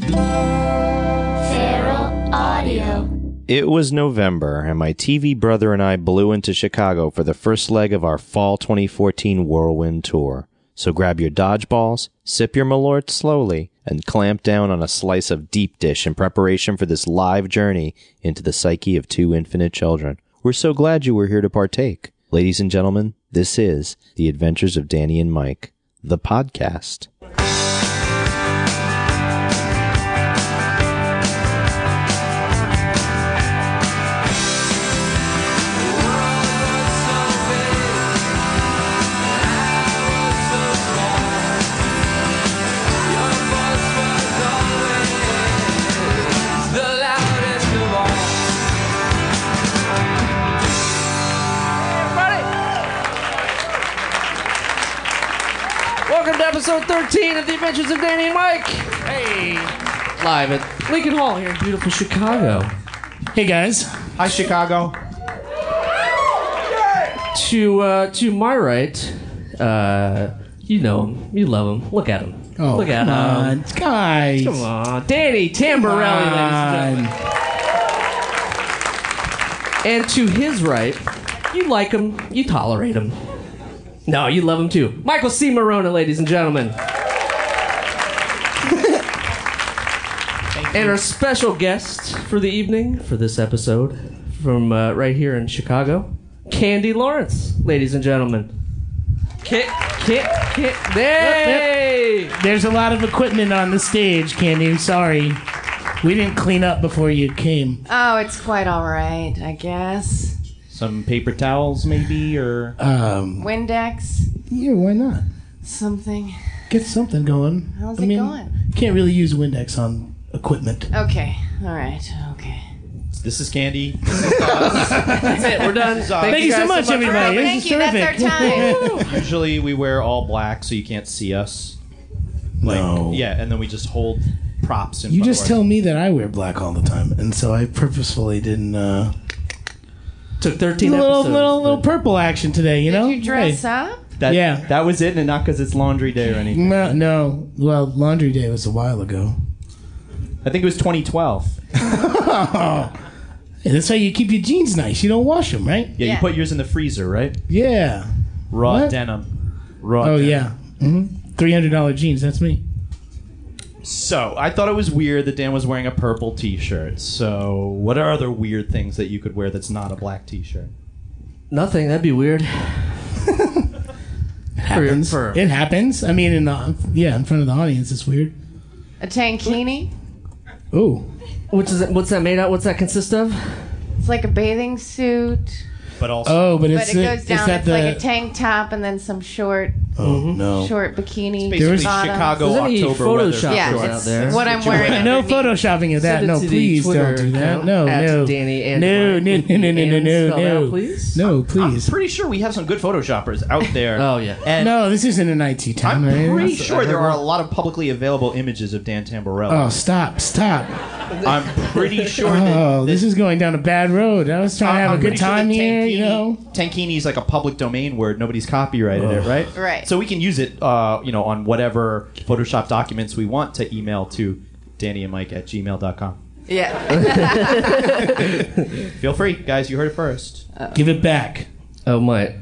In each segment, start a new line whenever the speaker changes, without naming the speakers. Feral Audio.
It was November, and my TV brother and I blew into Chicago for the first leg of our fall 2014 whirlwind tour. So grab your dodgeballs, sip your Malort slowly, and clamp down on a slice of deep dish in preparation for this live journey into the psyche of two infinite children. We're so glad you were here to partake. Ladies and gentlemen, this is The Adventures of Danny and Mike, the podcast.
The loudest of all. Welcome to episode 13 of The Adventures of Danny and Mike. Hey. Live at Lincoln Hall here in beautiful Chicago.
Hey guys,
Hi, Chicago.
To uh, to my right, uh, you know him, you love him. Look at him. Look at
Oh, come
him.
on, guys.
Come on, Danny Tamborelli, ladies and gentlemen. And to his right, you like him, you tolerate him. No, you love him too. Michael C. Marona, ladies and gentlemen. and our special guest for the evening, for this episode, from uh, right here in Chicago, Candy Lawrence, ladies and gentlemen. Kit, kit, kit. Hey!
There's a lot of equipment on the stage, Candy. Sorry, we didn't clean up before you came.
Oh, it's quite all right, I guess.
Some paper towels, maybe, or
Um,
Windex,
yeah, why not?
something.
Get something going.
How's
I
it
mean,
going?
Can't really use Windex on equipment.
Okay, all right, okay.
this is candy.
That's it, we're done.
Thank, you so
guys
much, everybody.
Oh,
This
thank
is
you, that's our
terrific.
time.
Usually we wear all black so you can't see us. Like,
No.
Yeah, and then we just hold props. In
You
front
just
of
tell me that I wear black all the time, and so I purposefully didn't. Uh,
Took 13
little, little,
episodes.
little, purple action today. You know?
Did you dress up?
That,
yeah.
that was it, and not because it's laundry day or anything.
No, no. Well, laundry day was a while ago.
I think it was 2012.
And that's how you keep your jeans nice. You don't wash them, right?
Yeah, you
Yeah.
put yours in the freezer, right?
Yeah.
Raw
What?
denim. Raw.
Oh
denim.
yeah. hmm Three hundred dollar jeans. That's me.
So I thought it was weird that Dan was wearing a purple T-shirt. So what are other weird things that you could wear that's not a black T-shirt?
Nothing, that'd be weird.
It happens.
for-
It happens. I mean, in the yeah, in front of the audience, it's weird.
A tankini?
Ooh.
Which is what's that made out? What's that consist of?
It's like a bathing suit,
But
Uh,
also,
Oh, but
but
it's
it goes
is
down.
that
It's
the
like a tank top and then some short,
oh no.
short bikini.
basically
bottoms.
Chicago
There's any
October weather.
Photoshop
Yeah,
Shorts out
it's
there.
what I'm
you
wearing.
wear.
No
underneath.
photoshopping of that.
Send it
No,
to the
please
Twitter
don't do that.
account,
No,
at
no.
Danny and
no,
Mike.
no, no, no, no,
And
no,
spell it
no.
out, Oh, please.
No,
I'm
please.
pretty sure we have some good Photoshoppers out there.
Oh, yeah.
and
no, this isn't an IT town.
I'm
right?
pretty sure there are a lot of publicly available images of Dan
Oh,
Tamborello.
stop, stop.
Oh.
I'm pretty sure. that-
Oh, this is going down a bad road. I was trying to have
I'm
a
pretty
good
sure that
time here,
Tankini-
you know?
Tankini's like a public domain word. Nobody's copyrighted it, right?
Right.
So we can use it, uh, you know, on whatever Photoshop documents we want to email to Danny and Mike at gmail.com.
Yeah.
Feel free, guys. You heard it first.
Give it back.
Oh my.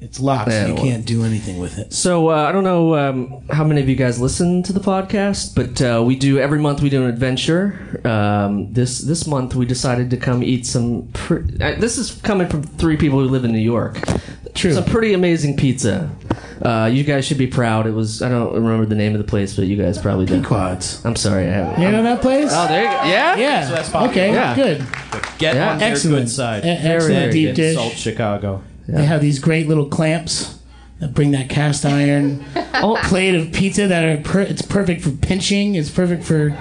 It's locked.
Yeah,
so you
well-
can't do anything with it.
So uh, I don't know um, how many of you guys listen to the podcast, but uh, we do every month. We do an adventure. Um, this this month we decided to come eat some. Pre- uh, this is coming from three people who live in New York.
True.
Some pretty amazing pizza. Uh, you guys should be proud. It was I don't remember the name of the place, but you guys probably do.
Quads.
I'm sorry, I haven't.
You know that place?
Oh, there you go. Yeah.
yeah.
So that's popular.
okay,
Yeah.
good.
Get
Yeah.
on their
Excellent.
good side.
E- excellent
Then
deep dish.
insult Chicago.
They have these great little clamps that bring that cast Oh, iron plate of pizza that are per- it's perfect for pinching. It's perfect for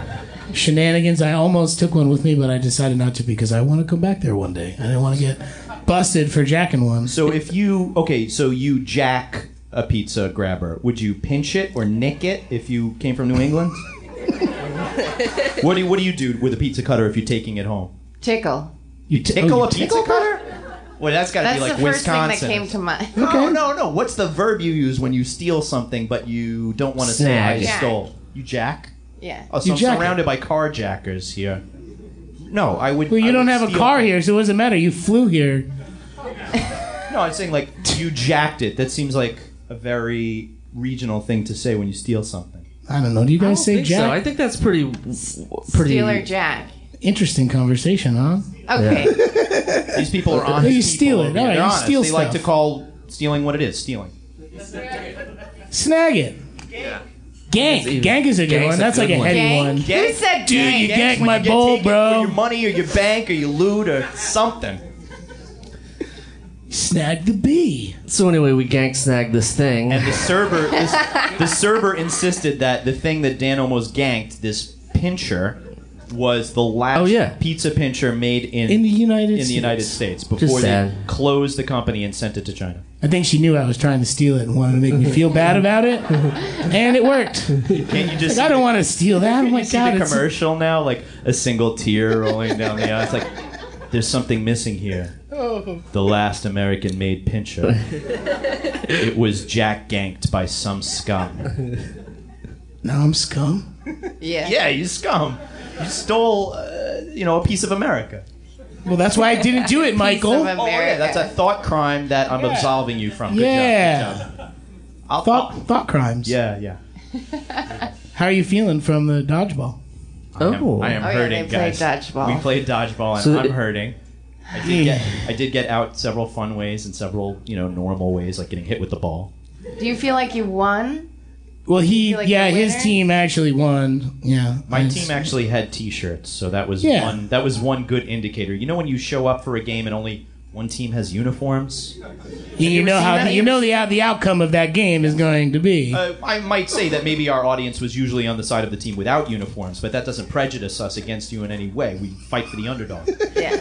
shenanigans. I almost took one with me, but I decided not to because I want to come back there one day. I didn't want to get busted for jacking one.
So if you okay, so you jack a pizza grabber, would you pinch it or nick it if you came from New England? what do you, what do you do with a pizza cutter if you're taking it home?
Tickle.
You t-
Tickle
oh,
a
you
pizza cutter? Well, that's got to
That's
be like
the first
Wisconsin.
thing that came to mind.
Oh,
No, no, no. What's the verb you use when you steal something but you don't want to say I
Snag.
Jack.
stole? You jack?
Yeah.
Oh, so
You
I'm
jack it.
surrounded by carjackers here. No, I would.
Well, you
I
don't
would
have a
steal-
car here, so it doesn't matter. You flew here.
No, I'm saying like you jacked it. That seems like a very regional thing to say when you steal something.
I don't know. Do you guys say
think
jack?
so. I think that's pretty, pretty.
Stealer Jack.
Interesting conversation, huh?
Okay.
These people are honest.
you steal it. All
people over here.
right,
They're
you
honest.
steal
They like to
stuff.
call stealing what it is. Stealing.
Snag it. Gank. Gank is a good
Gank's
one.
a
That's
good
like a
one.
heavy
Gang?
one.
Who said
Dude,
gang?
you ganked
when
my
you get
bowl,
taken
bro.
for Your money or your bank or you loot or something.
Snag the bee.
So anyway, we gang snagged this thing.
And the server, this, the server insisted that the thing that Dan almost ganked, this pincher, was the last
Oh, yeah.
pizza pincher made in
In the United
in
States.
the United States before they
sad.
closed the company and sent it to China.
I think she knew I was trying to steal it and wanted to make me feel bad about it. And it worked.
Can't you just?
I don't want to steal that. Oh my
you see
god.
the
it's-
commercial now, like a single tear rolling down the eye. It's like there's something missing here.
Oh.
The last American-made pincher. it was jack ganked by some scum.
No, I'm scum.
Yeah.
Yeah, you scum. You stole, uh, you know, a piece of America.
Well, that's why I didn't do it,
Piece
Michael.
of
Oh yeah,
America.
that's a thought crime that I'm absolving you from. Good
Yeah.
job. Good job. I'll,
Thought
I'll-
thought crimes.
yeah, yeah.
How are you feeling from the dodgeball?
oh,
I am
Oh, yeah,
hurting,
they played
guys.
dodgeball.
We played dodgeball, and
So
I'm
it-
hurting. I did, get, I did get out several fun ways and several, you know, normal ways, like getting hit with the ball.
Do you feel like you won?
Well, he
feel like
yeah,
the
his
winner?
team actually won. Yeah,
My
It's-
team actually had T-shirts, so that was
Yeah.
one. That was one good indicator. You know, when you show up for a game and only one team has uniforms,
You, you
ever
know
seen
how
that?
you know the out, the outcome of that game is going to be.
uh, I might say that maybe our audience was usually on the side of the team without uniforms, but that doesn't prejudice us against you in any way. We fight for the underdog.
Yeah.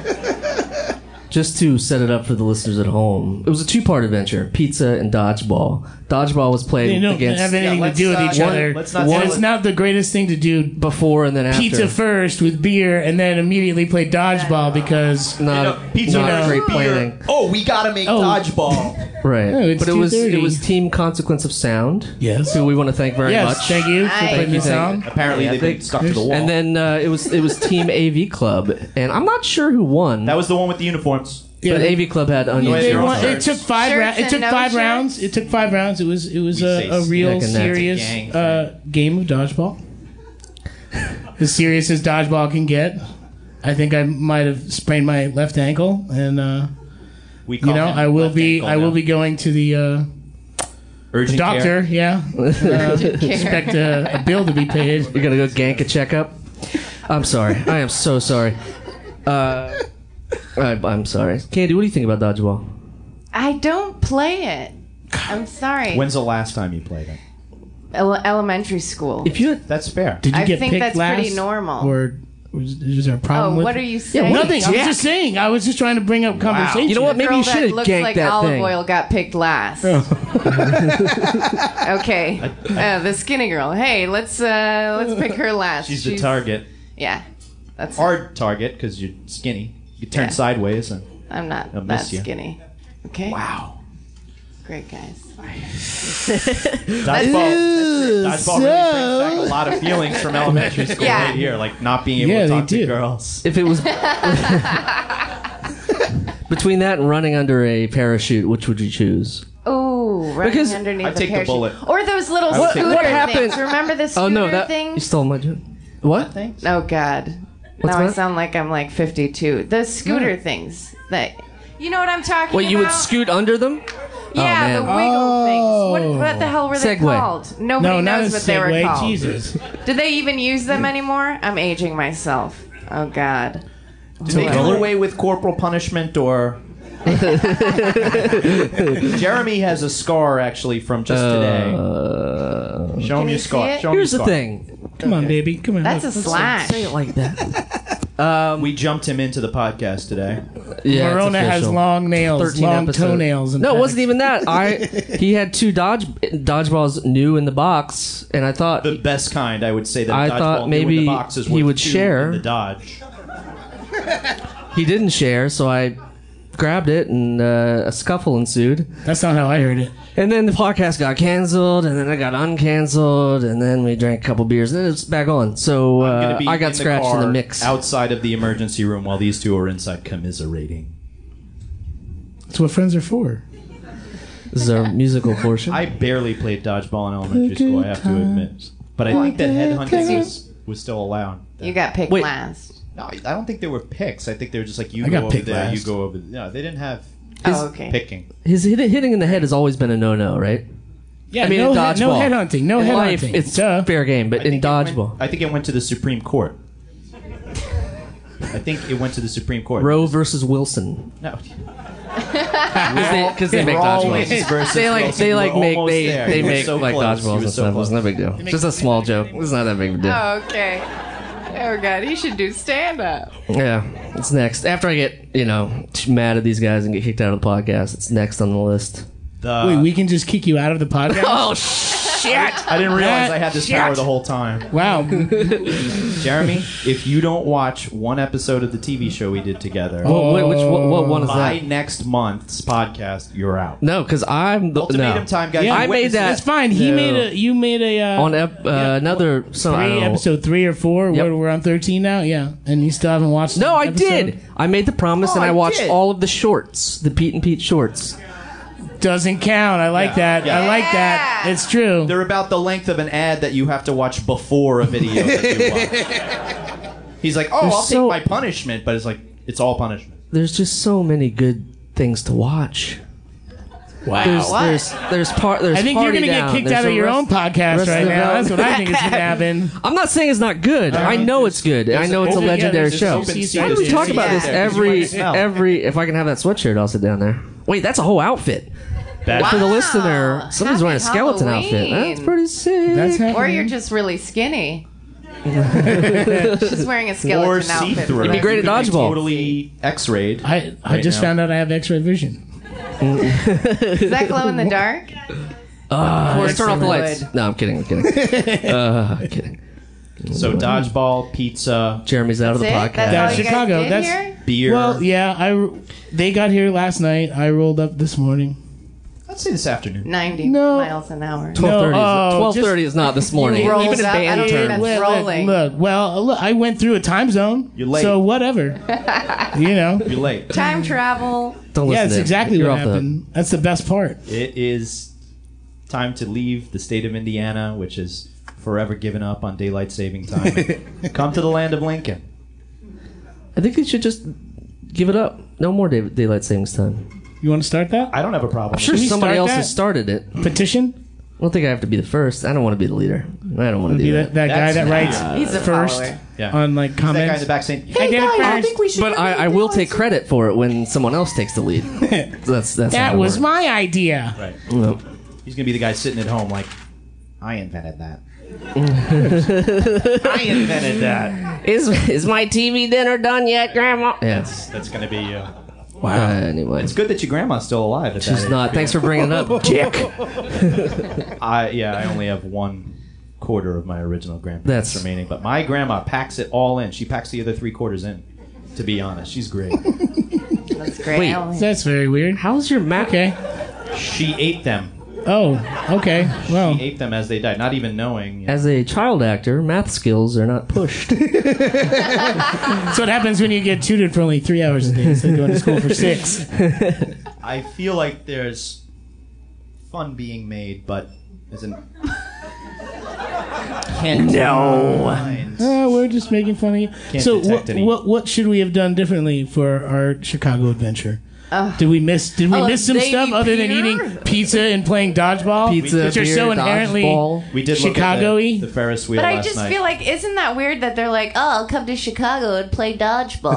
just to set it up for the listeners at home, it was a two-part adventure: pizza and dodgeball. Dodgeball was played
they don't
against
have anything to
let's
do with
not-
each
one-
other.
let's not
And
tell
it's
it-
not the greatest thing to do.
before and then after.
Pizza first with beer, and then immediately play dodgeball because
not,
No, pizza
not
versus
great
beer.
planning,
Oh, we gotta make
Oh.
dodgeball.
right?
it's
but it was it
2:30.
was Team Consequence of Sound,
yes,
who we want to thank very
yes,
much.
thank you for
Thank
putting
you,
this
thank
on.
Apparently,
Yeah,
they've
they-
been stuck to the wall.
And then uh, it was it was Team AV Club, and I'm not sure who won.
that was the one with the uniforms.
Yeah,
but
they-
AV Club had onions.
They
Your own
won- it
shirts.
took five.
Shirts
Ra- it
and
took
no
five
shirts?
rounds. It took five rounds. It was it was
We
a, a
say
real
like a Nazi
serious
gang thing.
uh, game of dodgeball. as serious as dodgeball can get. I think I might have sprained my left ankle, and uh,
We
you
call
know
him
I will
left
be
ankle
I will
now.
be going to the uh,
Urgent
doctor.
care.
Yeah, uh, expect a, a bill to be paid.
You're gonna go gank a checkup. I'm sorry. I am so sorry. Uh, I, I'm sorry, Candy. What do you think about dodgeball?
I don't play it. I'm sorry.
When's the last time you played it?
Ele- elementary school.
If you had
That's fair.
Did you
I
get
think
picked
that's
last,
pretty normal.
Or was, is there a problem
oh,
with
what are you saying?
Nothing. I was
Jack.
just saying. I was just trying to bring up conversation.
You know what?
The
Maybe
girl
you should
that
have
looks
ganked
like
that
olive
thing.
oil got picked last. okay, uh, the skinny girl. Hey, let's uh, let's pick her last.
She's the target.
Yeah, that's.
Hard target because you're skinny. You turn
Yeah.
sideways and
I'm not
I'll
that
miss you.
skinny. Okay.
wow.
Great guys.
Dodgeball. Dodgeball really brings back a lot of feelings from elementary school
Yeah.
right here, like not being able
Yeah,
to
they
talk to
do.
girls.
if it was between that and running under a parachute, which would you choose?
Ooh, right
Because-
underneath
I'd
the
take the
parachute.
bullet.
Or those little
would take
scooter
bullet.
the
What
things.
happened?
Remember the scooter
oh no, that
thing?
you stole my joke. What?
Oh God.
What's
now I
that?
sound like I'm like 52. The scooter
Yeah.
things that you know what I'm talking
Wait,
about.
you would scoot under them?
Yeah,
Oh,
the
man.
wiggle
Oh.
things. What, what the hell were they
Segway.
called? Nobody
No, not a
knows what they were
segue.
called.
Jesus.
Do they even use them anymore? I'm aging myself. Oh God.
Do they do away with corporal punishment or Jeremy has a scar actually from just
Uh,
today. Show him
we
your
see
scar.
it?
Show him
Here's
your
the
scar.
thing.
Come on, baby. Come on.
That's a
look.
slash.
Say it like that.
We jumped him into the podcast today.
Yeah, it's
Verona has
official.
long nails,
13
Oh, long
episode.
toenails. in
No, it
fact.
wasn't even that. I he had two dodge dodgeballs new in the box, and I thought
The best kind, I would say. That
I
dodgeball
thought
knew in
maybe
the boxes
he
were
would
two
share.
in the dodge.
he didn't share, so I grabbed it, and uh, a scuffle ensued.
That's not how I heard it.
And then the podcast got canceled, and then it got uncanceled, and then we drank a couple beers, and then it's back on. So
I'm
uh,
gonna be
I got
in
scratched in
car
the mix.
outside of the emergency room while these two are inside commiserating.
That's what friends are for.
This is our musical portion.
I barely played dodgeball in elementary school. I have to admit, but I think that headhunting was, was still allowed.
You got picked
Wait.
last.
No, I don't think there were picks. I think they were just like you
I
go
got
over
picked
there, you
last.
go over. No, they didn't have
Oh, okay.
picking.
His hit, hitting in the head has always been a no-no, right?
Yeah,
I mean,
no,
in
head- no
dodgeball.
headhunting. No
In
headhunting.
life, it's
Duh.
fair game, but
I
in
think it went-
dodgeball,
I think it went to the Supreme Court. I think it went to the Supreme Court.
Roe versus Wilson,
No.
because they, make dodgeballs. They like they like make they they make like dodgeballs and stuff. It's no big deal. Just a small joke. It's not that big of a deal.
Oh, okay. Oh god, he should do stand up.
Yeah, it's next. After I get you know t- mad at these guys and get kicked out of the podcast, it's next on the list.
Wait, we can just kick you out of the podcast?
Oh shit!
I didn't realize I had this
Shit.
power the whole time.
wow.
Jeremy, if you don't watch one episode of the TV show we did together,
Wait, which what, what one is
by
that?
next month's podcast, you're out.
No, because I'm the
Ultimatum
no.
time, guys.
Yeah,
I made
Witnesses-
that
That's fine. He
No.
made a. You made a. Uh,
on ep- uh, another some I
three,
don't know.
episode three or four.
Yep.
We're, we're on thirteen now. Yeah, and you still haven't watched.
No,
the
I
episode?
did. I made the promise, and
Oh,
I
I
watched
did.
all of the shorts, the Pete and Pete shorts.
Doesn't count. I like
Yeah.
that.
Yeah.
I like that. It's true.
They're about the length of an ad that you have to watch before a video that you watch. He's like, oh, I'll
so-
take my punishment, but it's like, it's all punishment.
There's just so many good things to watch. Wow. There's
What?
there's there's part. There's
I think you're
going
gonna
to
get kicked out of your own podcast
rest
right
of the-
now. That's what I think is gonna happen.
I'm not saying it's not good. I know it's good. and I know it's a
open- yeah,
legendary
there's this
show.
open
Why do we
season.
talk about
Yeah.
this every every? If I can have that sweatshirt, I'll sit down there. Wait, that's a whole outfit for the
Wow.
listener. Somebody's
Happy
wearing a skeleton outfit.
Halloween.
That's pretty sick.
That's
Or
happening.
you're just really skinny. She's wearing a skeleton
Or see
outfit.
through.
be great at dodgeball.
Totally X-rayed.
I I
Right
just
now.
found out I have X-ray vision.
Is that glow in the dark?
Uh, let's turn off the
would.
lights. No, I'm kidding. I'm kidding. uh, I'm kidding.
So dodgeball, pizza,
Jeremy's out of the
That's
podcast.
it? That's all
That's
you
Chicago.
Guys did
That's-
here?
beer.
Well, yeah, I r- they got here last night. I rolled up this morning.
I'd say this afternoon.
90
No.
miles an hour.
12:30 is-
No, oh,
12:30 is not this morning.
rolls
Even in
up. I
band
don't
terms.
think that's
Well, look,
rolling.
Look, well, look, I went through a time zone.
You're late.
So whatever. you know.
You're late.
Time travel.
Don't
Yeah,
listen
that's
to him.
exactly
You're
what
off the-
happened. That's the best part.
It is time to leave the state of Indiana, which is forever given up on daylight saving time. Come to the land of Lincoln.
I think they should just give it up. No more day- daylight savings time.
You want to start that?
I don't have a problem.
Sure,
we
somebody
start
else
that?
has started it. I
Petition?
don't think I have to be the first. I don't want to be the leader. I don't want to
Be
do
that,
that.
that guy
That's
that
not-
writes
He's a
first
follower.
Yeah.
on like
that guy in
comments.
the back saying,
I did it first.
But I, I will take credit for it when someone else takes the lead. that's that's how
that
it
was
works.
my idea.
Right.
Well,
He's gonna be the guy sitting at home like, I invented that. I invented that.
Is is my TV dinner done yet, Grandma? Yes.
That's gonna be you.
Wow. Uh, anyway,
It's good that your grandma's still alive. At
she's
that
not. Thanks for bringing it up, Dick.
Age. I yeah. I only have one quarter of my original grandparents
That's-
remaining, but my grandma packs it all in. She packs the other three quarters in. To be honest, she's great.
That's great.
Wait.
Oh,
That's very weird.
How's your map?
Okay.
she ate them.
Oh, okay. Well,
She ate them as they died, not even knowing.
As a child actor, math skills are not pushed.
that's what happens when you get tutored for only three hours a day instead of going to school for six.
I feel like there's fun being made, but isn't. Can't no.
Uh, we're just making fun of you. so,
detect
what,
any-
what what should we have done differently for our Chicago adventure? did we miss? Did we
Oh,
miss some
baby
stuff other than
Peter?
eating pizza and playing dodgeball?
Pizza,
which are
beer,
so inherently
dodgeball.
We did look at
Chicago-y?
the, the Ferris wheel
But I
last
just
night.
feel like, isn't that weird that they're like, oh, I'll come to Chicago and play dodgeball?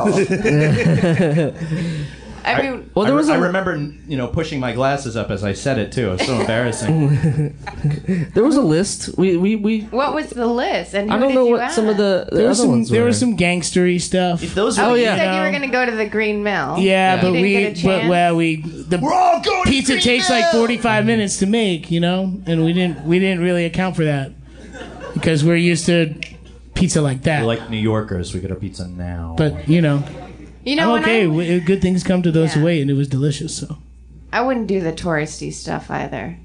I mean,
Well, there
I,
was
I
a-
remember, you know, pushing my glasses up as I said it too. It was so embarrassing.
There was a list. We we, we
what was the list? And who
I don't
did
know
you
what some of
ask?
the, the
There
other
was some
ones
there
were.
was some gangstery stuff.
If those
Oh
were the-
yeah. You said
No.
you were gonna go to the Green Mill.
Yeah, but
didn't
we,
get a
but
chance?
well, we the
all going to
pizza
Green
takes like
Mill!
45 minutes to make, you know, and we didn't we didn't really account for that because we're used to pizza like that.
We're like New Yorkers, we get a pizza now.
but you know,
You know,
I'm
when
okay.
I-
W- Good things come to those
Yeah.
who wait, and it was delicious. So,
I wouldn't do the touristy stuff either.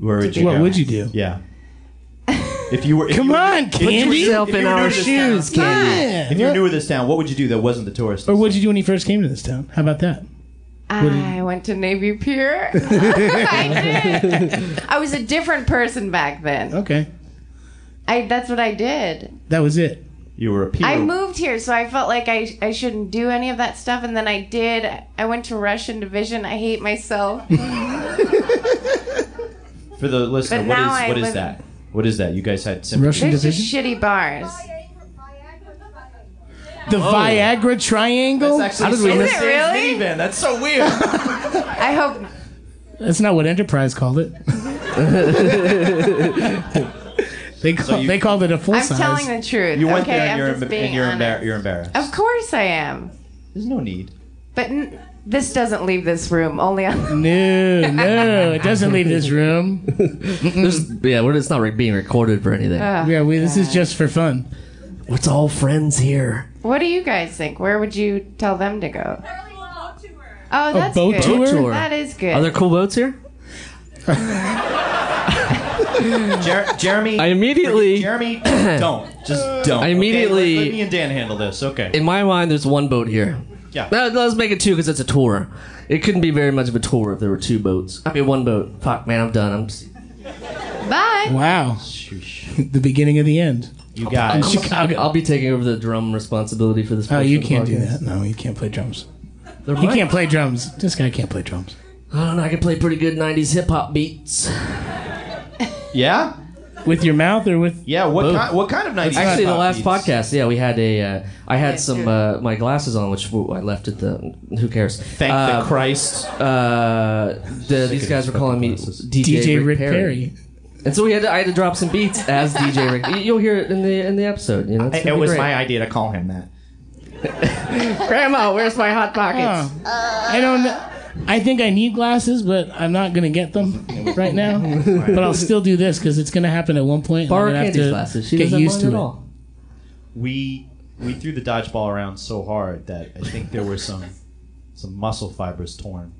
where would you
what
go?
would you do?
Yeah. If you were, if
Come
you were,
on, Candy.
yourself in our shoes, Candy.
Yeah.
If you're new to this town, what would you do that wasn't the tourist?
or what'd you do when you first came to this town? How about that?
I went to Navy Pier. I did. I was a different person back then.
Okay,
I that's what I did.
that was it.
You were a Peter.
I moved here, so I felt like I I shouldn't do any of that stuff, and then I did. I went to Russian division. I hate myself.
For the listener,
But
what
now I
is what is
live-
that? What is that? You guys had sympathy.
Russian
There's just
division.
shitty bars.
The Viagra Triangle. Oh. That's,
How
did we miss-
Is it really?
That's so weird.
I hope
not what Enterprise called it. they call,
you-
they called it a full
I'm
size.
telling the truth.
You went
okay,
there and
I'm
you're,
just
emb-
being
and you're,
honest. Oh.
embar- you're embarrassed.
Of course I am,
There's no need.
but n- this doesn't leave this room. Only on.
No, no, it doesn't leave this room.
There's, yeah, we're, it's not re- being recorded for anything.
Uh.
Yeah, we, this is just for fun.
it's all friends here.
What do you guys think? Where would you tell them to go? Oh, that's
boat
good.
tour?
Tour.
That is good.
Are there cool boats here?
Jer- Jeremy,
I immediately,
Jeremy, don't just don't.
I
okay?
immediately-
Let, let me and Dan handle this. Okay.
in my mind, there's one boat here.
yeah.
No, let's make it two because it's a tour. It couldn't be very much of a tour if there were two boats. I mean, one boat. Fuck, man, I'm done. I'm. s-
Bye.
Wow.
Sheesh.
The beginning of the end.
You guys.
Chicago.
I'll be taking over the drum responsibility for this.
Oh,
portion
you
of the
can't do
podcast.
that. No, you can't play drums.
There
You
might-
can't play drums. This guy can't play drums.
I don't know. I can play pretty good '90s hip hop beats.
Yeah.
With your mouth or with.
Yeah. What kind? What kind of night?
Actually, the last podcast, yeah, we had a. Uh, I had some uh, my glasses on, which whoa, I left at the. Who cares?
Thank
uh,
the Christ.
Uh, the, these guys were calling me
glasses.
DJ,
DJ
Rick, Perry.
Perry.
and so we had to, I had to drop some beats as DJ Rick. You- You'll hear it in the in the episode. You know, it's
it
gonna be
was
great.
my idea to call him that.
Grandma, where's my hot pockets?
Oh. I don't know. I think I need glasses, but I'm not going to get them right now. But I'll still do this because it's going to happen at one point. and I'm
borrow
gonna have
Candy's
to
glasses. She
get
doesn't
used
mind
to
at
it.
all.
We we threw the dodgeball around so hard that I think there were some some muscle fibers torn.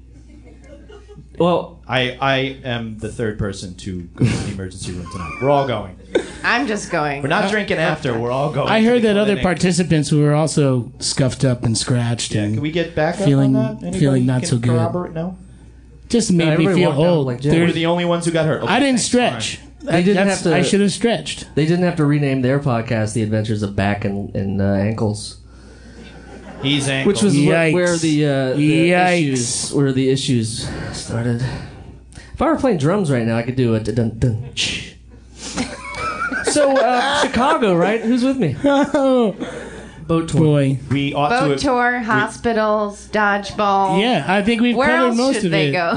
Well,
I I am the third person to go to the emergency room tonight. We're all going.
I'm just going.
We're not drinking after. We're all going.
I
to
heard
the
that other
clinic.
participants were also scuffed up and scratched.
Yeah,
and
can we get back
Feeling-
up on that? Anybody
feeling not
can
so good.
corroborate? No,
just made me
everybody
feel
walked out
old.
like Jim.
They're-
we're the only ones who got hurt. Okay,
I didn't
thanks.
stretch.
They didn't
That's-
have to-
I should have stretched.
they didn't have to rename their podcast "The Adventures of Back and, and uh, Ankles."
All right. He's ankle.
which was wh-
Yikes.
where the, uh, the
Yikes.
issues where the issues started. If I were playing drums right now, I could do a dun dun. ch. so uh, Chicago, right? Who's with me?
Oh
Boat tour.
boy.
we ought
Boat
to.
tour, hospitals, dodgeball.
Yeah, I think we've
Where
covered
else
most
should
of
they
it.
go?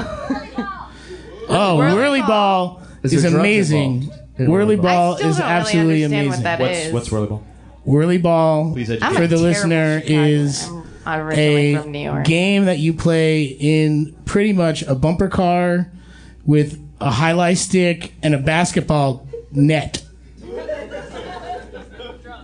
Oh,
Whirly
whirly ball,
there
is
drugs
amazing.
involved? In whirly
Whirly ball
I still
is
don't
absolutely
really understand
amazing.
What that
what's
is.
what's Whirlyball?
Whirly ball
Please
I'm a
educate.
for the
terrible
listener
Chicagoan.
is
I'm originally from New
a
York.
game that you play in pretty much a bumper car with a highlight stick and a basketball net.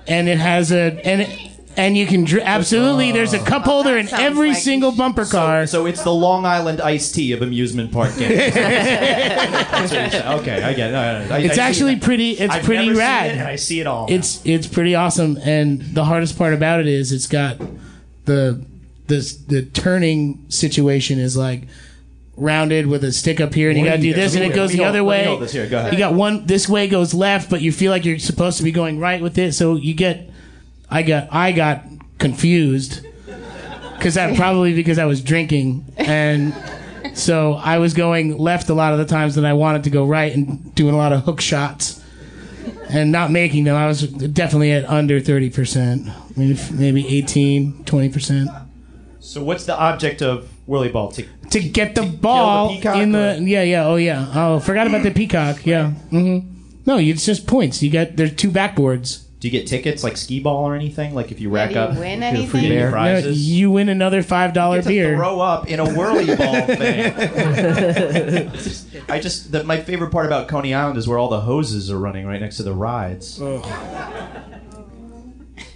And it has a and it, and you can dr- absolutely there's a cup holder in
sounds
every
like-
single bumper car.
So it's the Long Island iced tea of amusement park games. That's what you're saying. okay, I get it. No, no, no. I- I
it's
see
actually
that.
pretty it's
I've
pretty
never seen
rad.
it, and I see it all. now.
it's it's pretty awesome and the hardest part about it is it's got the the the turning situation is like rounded with a stick up here and you got to do this and it goes the other
Let
way
me hold this here. Go ahead.
you got one this way goes left but you feel like you're supposed to be going right with it so you get i got i got confused because i probably because i was drinking and so i was going left a lot of the times and i wanted to go right and doing a lot of hook shots and not making them i was definitely at under 30% maybe, maybe 18 20%
So what's the object of whirly ball? To,
to get the ball
peacock
in the
or-
yeah yeah oh yeah oh forgot about the peacock yeah hmm no it's just points you got there's two backboards
do you get tickets like skee ball or anything? Like if you rack
do you
up,
win
you're
anything?
free to get
Bear.
No,
No,
prizes.
you win another five dollar
get to
beer
throw up in a whirly ball thing. I just the, my favorite part about Coney Island is where all the hoses are running right next to the rides.
Oh.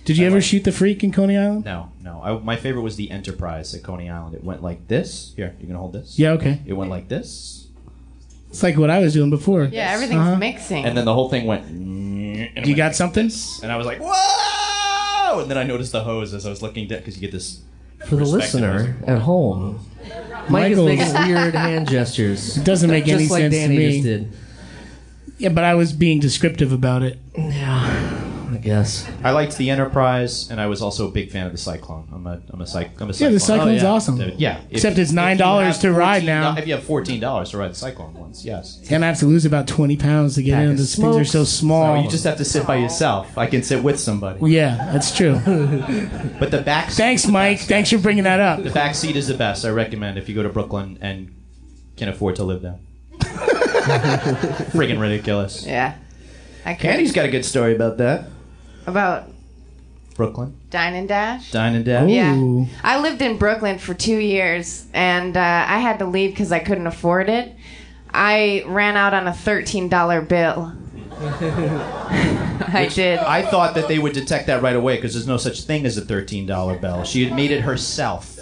did you ever shoot the freak in Coney Island
No, no. I, my favorite was the Enterprise at Coney Island. It went like this. Here, you can hold this.
yeah okay
It went like this,
it's like what I was doing before
Yeah, everything's
Uh-huh.
mixing.
and then the whole thing went. And,
you got something
and I was like, whoa! And then I noticed the hose as I was looking down because you get this.
For the
Respect
listener at home, Mike is
Michael's-
making weird hand gestures.
doesn't make any
Just like
sense
Danny
to me
just did.
yeah but I was being descriptive about it
I guess.
I liked the Enterprise, and I was also a big fan of the Cyclone. I'm a, I'm a cyc, I'm a
yeah
Cyclone.
the cyclone's
yeah.
awesome
Uh, Yeah. if-
Except it's
if you
$9
have
to ride now.
$14 If you have fourteen dollars to ride the Cyclone once, yes.
and I have to lose about twenty pounds to get in
of
those things are so
smokes.
small
Oh, you just have to sit by yourself. I can sit with somebody.
yeah that's true
But the back seat,
thanks Mike thanks for bringing that up
the back seat is the best. I recommend if you go to Brooklyn and can afford to live there. Friggin' ridiculous.
yeah, I could
Andy's got a good story about that.
about
Brooklyn,
dine and dash.
dine and dash.
Yeah.
Ooh.
I lived in Brooklyn for two years and uh, I had to leave because I couldn't afford it. I ran out on a $13 bill. I did.
I thought that they would detect that right away because there's no such thing as a thirteen dollar bill. She had made it herself.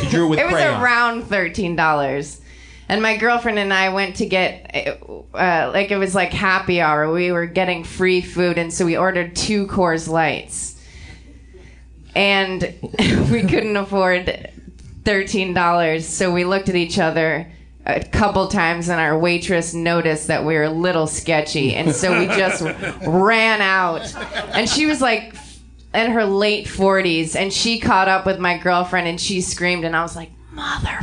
She drew with
It was
crayon.
around $13. And my girlfriend and I went to get, uh, like, it was like happy hour. We were getting free food, and so we ordered two Coors Lights. And we couldn't afford $13, so we looked at each other a couple times, and our waitress noticed that we were a little sketchy. And so we just ran out. And she was like, in her late 40s, and she caught up with my girlfriend, and she screamed, and I was like, mother.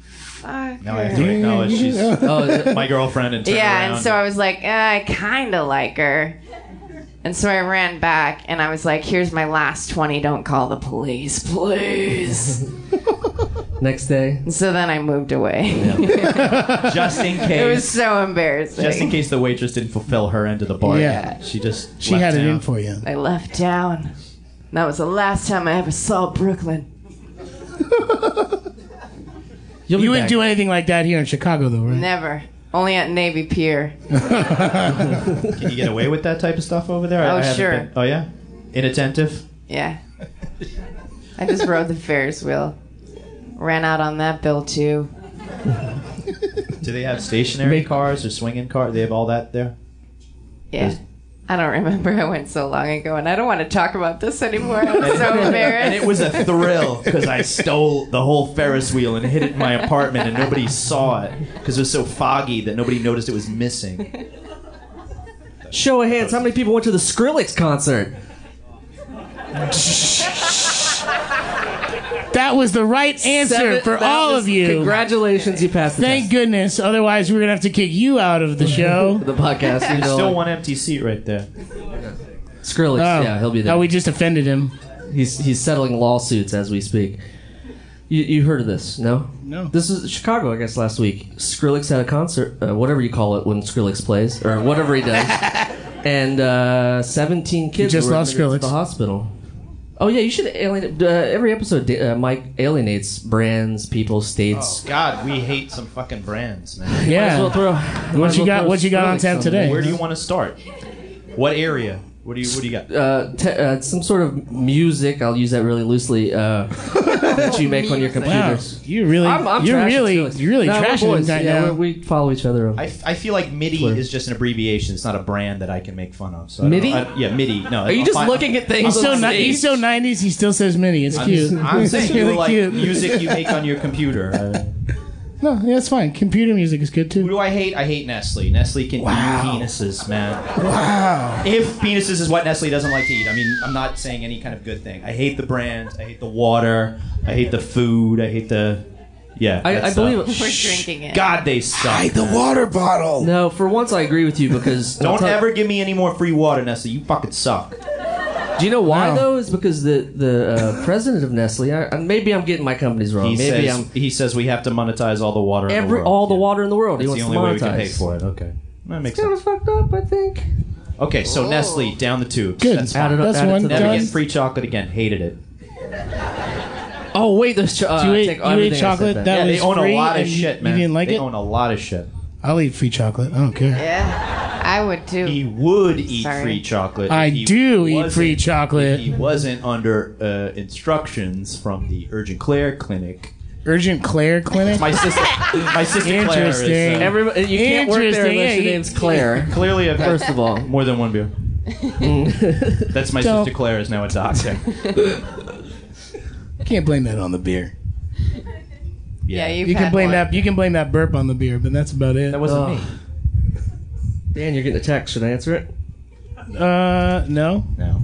Fuck.
Now I have to acknowledge she's
Oh,
my girlfriend and turn
Yeah,
around.
and so I was like, eh, I kind of like her. And so I ran back and I was like, here's my last 20. Don't call the police, please.
Next day,
and so then I moved away.
just in case.
It was so embarrassing.
Just in case the waitress didn't fulfill her end of the bargain,
Yeah.
she just
she had it in for you
I left town. That was the last time I ever saw Brooklyn.
you'll be
you
back.
wouldn't do anything like that here in Chicago though right
Never. Only at Navy Pier.
Can you get away with that type of stuff over there?
Oh,
haven't
sure.
been- oh yeah, inattentive.
Yeah. I just rode the Ferris wheel. Ran out on that bill too.
Do they have stationary
Make-
cars or swinging cars? They have all that there.
Yeah. I don't remember. I went so long ago, and I don't want to talk about this anymore. I'm so embarrassed.
And it was a thrill because I stole the whole Ferris wheel and hid it in my apartment, and nobody saw it because it was so foggy that nobody noticed it was missing.
Show of hands, how many people went to the Skrillex concert?
That was the right answer
Seven-
for
that
all
was-
of you.
Congratulations, you passed the
Thank
test.
goodness. Otherwise, we are going to have to kick you out of the show.
The podcast, you know,
Still
like-
one empty seat right there.
Skrillex,
Oh.
yeah, he'll be there.
Oh, we just offended him.
He's he's settling lawsuits as we speak. You, you heard of this? No.
No.
This is Chicago, I guess. Last week, Skrillex had a concert, uh, whatever you call it, when Skrillex plays or whatever he does, and uh, seventeen kids
just
were
lost
admitted to
Skrillex.
the hospital. Oh yeah, you should alienate uh, every episode. da- Uh, Mike alienates brands, people,
Oh.
states.
God, we hate some fucking brands, man.
Might as
Yeah.
well throw- might as
you
well
got-
throw
what you got on
Skrillex
tap
there.
today?
Where do you want to start? What area? What do you What do you got?
Uh, te- uh, some sort of music. I'll use that really loosely. Uh, that you make on your
Wow.
computers.
You really,
I'm, I'm
you're
trashing
really,
Skrillex.
you're really
No, we're
trashing
boys.
him right
yeah,
now.
we're- We follow each other.
I, f- I feel like MIDI is just an abbreviation. It's not a brand that I can make fun of. So I don't
MIDI?
know. I- yeah, MIDI. No.
Are you just looking at things?
he's, so
on
ni-
stage?
he's so 90s, he still says mini. It's cute.
I'm
it's
saying
really
you like
cute.
music you make on your computer. Uh,
No, yeah, it's fine. Computer music is good
who
too.
do I hate? I hate Nestle. Nestle can eat penises, man. Wow. If penises is what Nestle doesn't like to eat, I mean, I'm not saying any kind of good thing. I hate the brand. I hate the water. I hate the food. I hate the. Yeah.
I,
that
I
stuff.
believe it.
We're drinking it.
God, they suck.
water bottle.
No, for once I agree with you because
Don't
I'll tell-
ever give me any more free water, Nestle. You fucking suck.
Do you know why
Wow.
though? It's because the the uh, president of Nestle. I, I- maybe I'm getting my companies wrong.
He
maybe
says
I'm
he says we have to monetize all the water. in the
every
world.
all the
Yeah.
water in the world.
That's
he
the
wants
only way we
to monetize.
can pay for it. Okay, that makes
Kind Oh.
sense.
of fucked up, I think.
Okay, so Nestle down the tubes.
Good.
That's
Add
fine.
it up-
That's
add it
one
to the-
Never
done.
get free chocolate again. Hated it.
Oh wait, there's cho- uh,
Do you eat-
take
you eat
everything I said
chocolate?
then.
That
Yeah,
was
they own a
free
lot of
and you-
shit,
you
man.
didn't like
they
it?
own a lot of shit.
I'll eat free chocolate. I don't care.
I would too.
He would eat
Sorry.
free chocolate.
I
if he
do eat
wasn't-
free chocolate.
if He wasn't under uh, instructions from the Urgent Claire Clinic.
Urgent Claire Clinic.
My sister, my sister Claire is
Interesting.
uh,
Everybody, you can't work there
Interesting,
unless
yeah,
your
you-
name's Claire.
clearly a
First of all,
more than one beer. That's my
Don't.
sister Claire is now a doctor.
Can't blame that on the beer.
yeah, you've
You
had
can blame
one.
that. You can blame that burp on the beer, but that's about it.
That wasn't
Ugh.
me.
Dan, you're getting a text. Should I answer it?
uh, no.
No.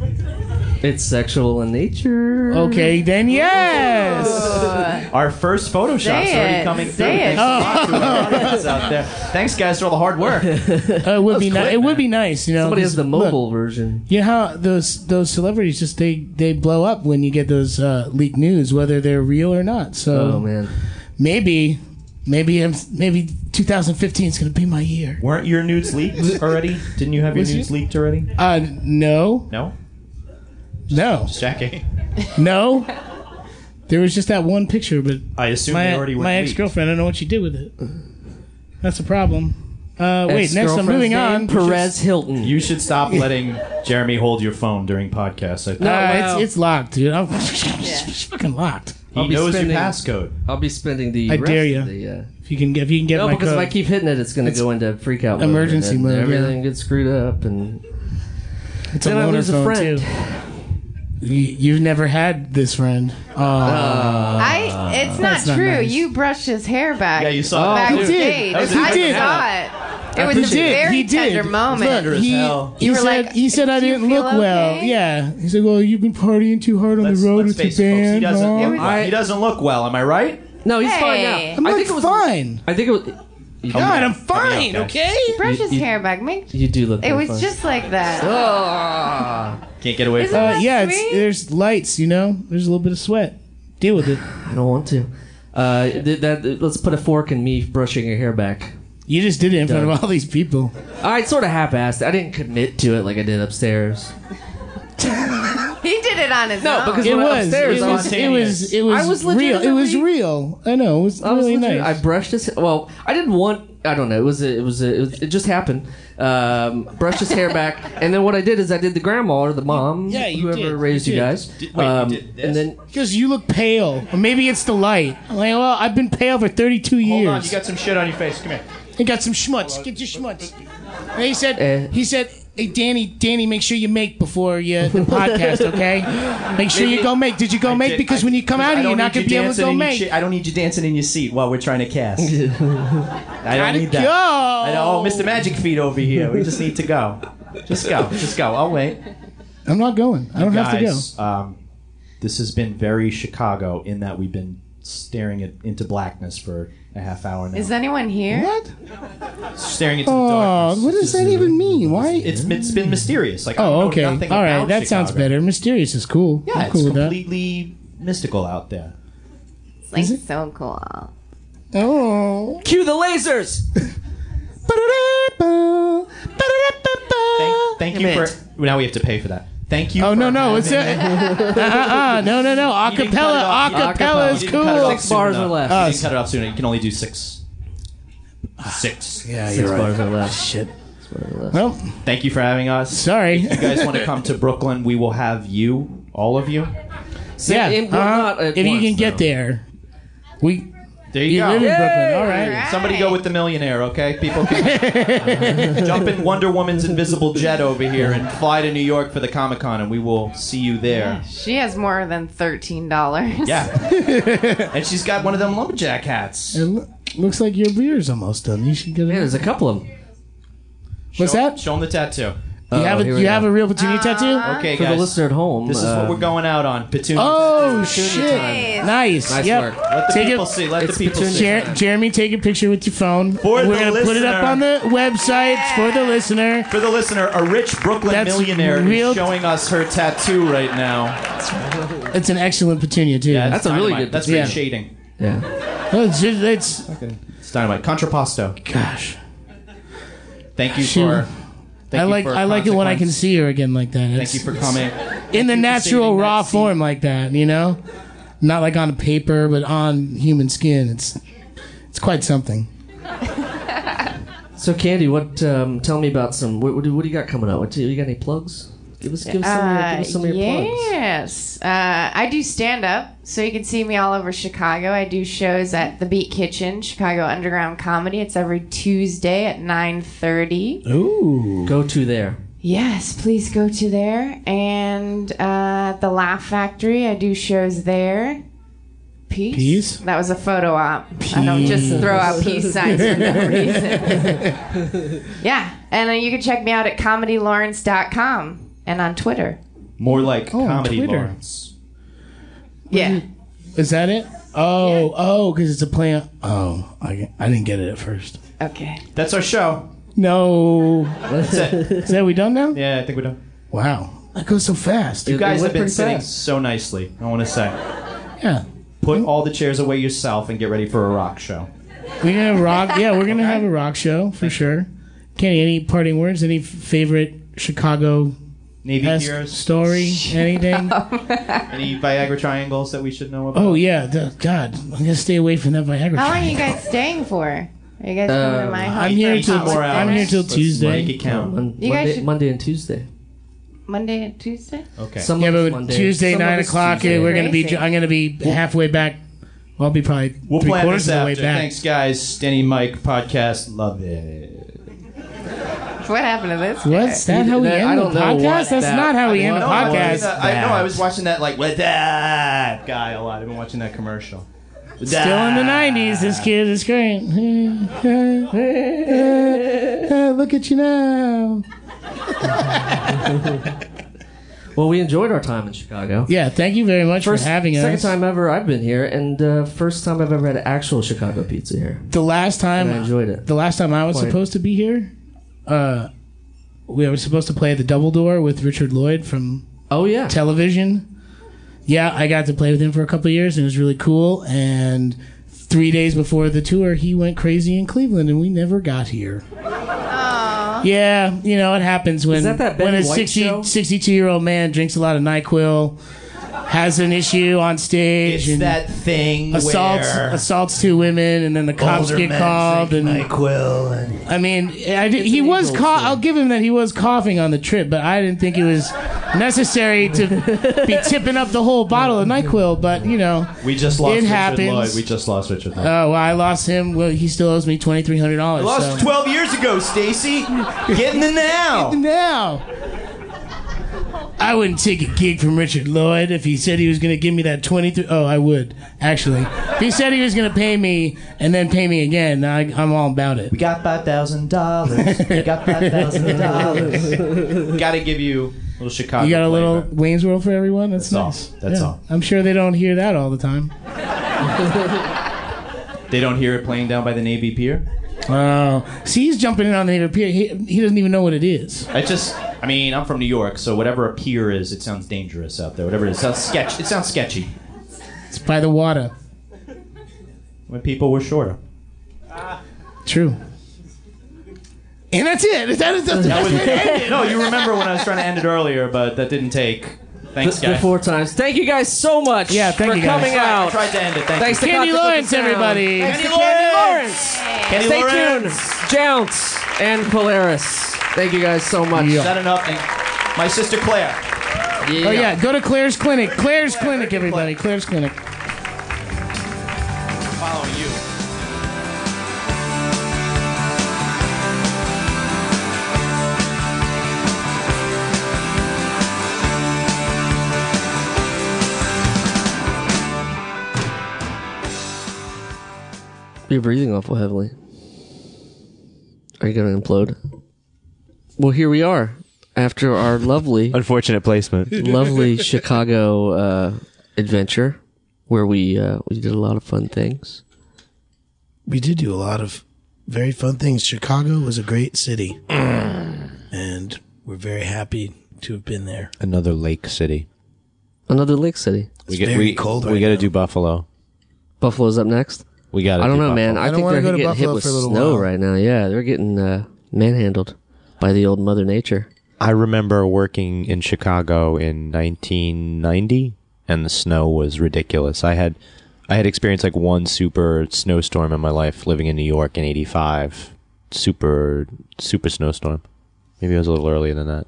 It's sexual in nature.
Okay, then yes. Uh,
Uh,
Our first Photoshop's
Say
already
it.
coming
Say
through.
it.
Thanks a lot to our audience out there. Thanks, guys, for all the hard work.
Uh, it would be ni- it would be nice, you know.
Somebody has
'cause
the
look,
mobile version.
you know how those those celebrities just they they blow up when you get those uh, leaked news, whether they're real or not. So
Oh man.
maybe maybe I'm, maybe 2015 is gonna be my year.
Weren't your nudes leaked already? Didn't you have your
Was
nudes leaked already?
Uh, no,
No?
no,
Jackie?
no. There was just that one picture, but
I assume they
my
already were
my
leaked.
ex girlfriend, I don't know what she did with it. That's a problem. Uh, wait, next I'm
Ex-girlfriend's
moving
name,
on.
Perez Hilton.
You should stop letting Jeremy hold your phone during podcasts. I think.
Uh,
wow.
it's, it's locked, dude. I'm it's fucking locked.
He
be
knows
spending-
your passcode.
I'll be spending the.
I
rest
dare ya.
Of the, uh,
If you can, if you can get
no,
my
because
code.
if I keep hitting it, it's going to go into freak out mode,
emergency
and then
mode, yeah.
Everything gets screwed up, and
it's
then I
loaner
lose a
phone,
friend.
too. You, you've never had this friend. Oh,
I. It's not
Uh, That's not
true.
nice.
You brushed his hair back.
Yeah, you saw that.
Oh, He did.
backstage.
That was a
I
good
saw it. It was
he
a
did.
very
He did.
tender moment.
Look,
as
he,
hell.
he
You were
said,
like,
he said I
"Do you
didn't
feel
look well.
okay?
Yeah. He said, well, you've been partying too hard on
Let's,
the road with
let's
your
face it, folks. He
band.
doesn't,
huh?"
look,
I-
he doesn't look well. Am I right?
no, he's fine
Hey.
now.
I'm
I
like,
think it was. Oh,
fine.
I think it was. You,
God, I'm
me
fine,
out, guys.
okay?
Brush his
You- you-
hair back. Make.
you do look.
It
very
was
fine.
just like that.
Ah,
Can't get away
Isn't
from it.
Uh,
that
yeah, it's,
sweet?
there's lights, you know? There's a little bit of sweat. Deal with it.
I don't want to. Uh, th- that, let's put a fork in me brushing your hair back.
You just did it in front of all these people.
I sort of half-assed. it. I didn't commit to it like I did upstairs.
He did it on his
No,
own.
because
It
when I-
was.
upstairs,
it
I was
was. It was. It was.
I was
real. It was
legitimately-
real. I know. It was
I was
really
legit-
nice.
I brushed his. Well, I didn't want. I don't know. It was. A, it was. A, it, was it just happened. Um, brushed his hair back, and then what I did is I did the grandma or the mom,
Yeah, you
whoever
did.
raised
You
you,
did.
guys.
Did- wait, you
Um,
did this?
and then
Because you look pale. Or maybe it's the light. I'm like, well, I've been pale for 32
Hold
years.
on, you got some shit on your face. Come here.
I got some schmutz. Get your schmutz. And he said,
Eh.
he said, hey, Danny, Danny, make sure you make before you, the podcast, okay? Make sure you go make. Did you go make?
Did-
because
I-
when you come
I
out of here,
don't
you're not
need
going to be able to
dancing
go
in your
make.
cha- I don't need you dancing in your seat while we're trying to cast. I don't
Gotta
need
go.
that. I know, oh, Mr. Magic Feet over here. We just need to go. Just go. Just go. I'll wait.
I'm not going. I don't have to go.
Guys, um, this has been very Chicago in that we've been staring at, into blackness for a half hour now.
is anyone here?
What?
staring into the
Oh,
darkness.
what does that even mean? Why?
It's, it's been mysterious. Like, I
Oh,
know
okay. All
nothing
right.
about
That sounds
Chicago.
better. Mysterious is cool.
Yeah,
I'm
it's
cool with that.
completely mystical out there.
It's like so cool.
Oh.
cue the lasers.
Thank, thank you
Damn
for.
it.
Now we have to pay for that. Thank you.
Oh
for
no no it's a, uh, uh, uh, no no no
You didn't cut it
acapella
off. You didn't cut it
acapella
off.
is
You didn't cut it off
cool.
Six
soon
bars
enough.
are left.
You didn't cut it off soon. You can only do six. Six.
Yeah,
Six bars are left.
Shit. Well,
Thank you for having us.
sorry.
If you guys want to come to Brooklyn, we will have you, all of you.
yeah,
in- well, not
uh,
at
if you
once,
can get
though.
there, we
There you,
you
go.
live in Brooklyn. All right.
Right.
Somebody go with the millionaire, okay? People can jump in Wonder Woman's invisible jet over here and fly to New York for the Comic Con, and we will see you there.
She has more than thirteen dollars.
Yeah. and she's got one of them lumberjack hats.
It lo- looks like your beer's almost done. You should get
Yeah,
it.
there's a couple of them.
What's
Show-
that?
Show him the tattoo.
you have a,
Oh, here we
you
go.
have a real
Ah.
Petunia tattoo?
Okay,
For
guys.
the listener at home,
this is
uh,
what we're going out on. Petunia.
Oh
time.
shit! Nice.
Nice
yep.
work.
Let the
Take
people
it-
see. Let the
it's
people
Petunia.
see.
Jer- Jeremy, take a picture with your phone. We're
For the
gonna put it up
listener.
on the website for the listener.
For the listener, a rich Brooklyn
That's
millionaire
real-
is showing us her tattoo right now.
It's an excellent Petunia too.
Yeah,
That's a really good-
dynamite. That's great
yeah.
shading.
yeah.
Oh, it's, just- it's-
It's dynamite. Contrapposto.
gosh.
Thank you
Shoot.
for. Thank
I
you
like
for
I like it when I can
consequence.
see her again like that.
Thank
It's-
you for
in
coming.
the
Thank you for
natural
saving that
raw
scene.
form like that, you know? Not like on paper, but on human skin. It's it's quite something.
So Candy, what? Um, tell me about some. What, what, do, what do you got coming up? What, do you got any plugs? Give us, give us some, of your, give us some of
Uh,
your plugs.
yes. Uh, I do stand up, so you can see me all over Chicago. I do shows at the Beat Kitchen, Chicago Underground Comedy. It's every Tuesday at 9.30.
Go to there.
Yes, please go to there. And uh, the Laugh Factory, I do shows there. Peace.
Peace?
That was a photo op. I don't just throw out peace signs for no reason. yeah, and uh, you can check me out at comedylawrence.com and on Twitter.
More like
Oh, on
comedy
Twitter.
Lawrence.
Yeah.
Is that it? Oh, oh, because it's a plant. Oh, I, I didn't get it at first.
Okay.
That's our show.
No.
That's it.
Is that we done now?
Yeah, I think we're done.
Wow. That goes so fast.
You guys
went
have been
pretty
sitting
fast.
so nicely. I want to say,
Yeah.
put all the chairs away yourself and get ready for a rock show.
We're going to rock. Yeah, we're going to have a rock show for sure. Kenny, any parting words? Any f- favorite Chicago
Navy heroes.
story? Anything?
Any Viagra triangles that we should know about?
Oh, yeah. the- God, I'm going to stay away from that Viagra.
How long
triangle.
are you guys staying for? Are you guys coming to my house?
I'm here till
more hours.
I'm here till
Let's
Tuesday.
Make it count.
Mon-
You guys
Monday,
should-
Monday and Tuesday.
Monday and Tuesday?
Okay.
Some
Yeah,
of
but
it's Monday.
Tuesday
Some of
nine
it's
o'clock.
Tuesday.
uh, We're gonna be.
Crazy.
I'm gonna be halfway back. Well, I'll be probably
we'll
three
plan
quarters
this
of the
after.
way back.
Thanks, guys. Stenny Mike podcast. Love it.
What happened to this?
What's that? How we
That- I
end the
don't know
podcast?
what
That's
that-
not how we
I
end the
don't know what
podcast.
that-
I know. I was watching that like with that guy a lot. I've been watching that commercial. With
Still in
that.
the '90s. This kid is great. Uh, Look at you now.
Well, we enjoyed our time in Chicago.
Yeah. Thank you very much
First,
for having
second
us.
time ever I've been here, and uh, first time I've ever had actual Chicago pizza here.
The last time
And I enjoyed it.
The last time I was
Quite.
supposed to be here, uh, we were supposed to play the Double Door with Richard Lloyd from
Oh yeah,
television. Yeah, I got to play with him for a couple of years, and it was really cool. And three days before the tour, he went crazy in Cleveland, and we never got here. Yeah, you know it happens when
that that
when
Betty
a
White show?
62 year old man drinks a lot of Nyquil, has an issue on stage,
It's
and
that thing
assaults
where
assaults two women, and then the cops
older
get
men
called.
drink
And
NyQuil and
I mean, I did, he
an
was
Eagles
cough.
thing.
I'll give him that he was coughing on the trip, but I didn't think it was necessary to be tipping up the whole bottle of Nyquil. But you know,
We just lost
It
Richard
happens.
Lloyd. We just lost Richard Lloyd.
oh well, I lost him. Well, he still owes me twenty three hundred dollars.
lost 12 years ago, Stacy. Get in the now.
now. I wouldn't take a gig from Richard Lloyd if he said he was going to give me that 23. Oh, I would, actually. If he said he was going to pay me and then pay me again, I, I'm all about it.
We got $5,000. We got $5,000. Gotta give you a little Chicago.
You got a
flavor.
little Wayne's World for everyone? That's, nice.
That's all. That's
Yeah.
all.
I'm sure they don't hear that all the time.
They don't hear it playing down by the Navy Pier?
Oh, see, he's jumping in on the neighbor pier. He, he doesn't even know what it is.
I just, I mean, I'm from New York, so whatever a pier is, it sounds dangerous out there. Whatever it is, it sounds sketch. It sounds sketchy.
It's by the water.
When people were shorter.
True. And that's it. That is that's,
That was, no, you remember when I was trying to end it earlier, but that didn't take. Thanks,
the
guys.
four times. Thank you guys so much.
Yeah, thank
for
you guys.
coming
I
out.
tried to end it. Thank
Thanks
you.
to
Candy
Concept of
Lawrence,
Sound.
everybody.
Thanks to
Candy
Candy
Lawrence.
Lawrence.
Kenny
Stay
Lorenz.
tuned. Jounce and Polaris. Thank you guys so much.
Yeah.
Is that enough? And my sister Claire.
Oh yeah, go to Claire's clinic. Claire's clinic, everybody. Claire's clinic.
Following you.
You're breathing awful heavily. Are you gonna implode? Well, here we are. after our lovely,
Unfortunate placement.
lovely Chicago uh, adventure, where we uh, we did a lot of fun things.
we did do a lot of very fun things. Chicago was a great city, and we're very happy to have been there.
Another lake city.
Another Lake City.
We
It's very cold
We
right
got to
now.
do Buffalo.
Buffalo's up next.
We got to.
I don't
do
know, man.
Buffalo.
I,
don't
think
wanna
they're
go to
getting hit
Buffalo
with
for a little
snow
while.
right now. Yeah, they're getting uh, manhandled by the old Mother Nature.
I remember working in Chicago in 1990 and the snow was ridiculous. I had I had experienced like one super snowstorm in my life living in New York in 85. Super super snowstorm. Maybe it was a little earlier than that.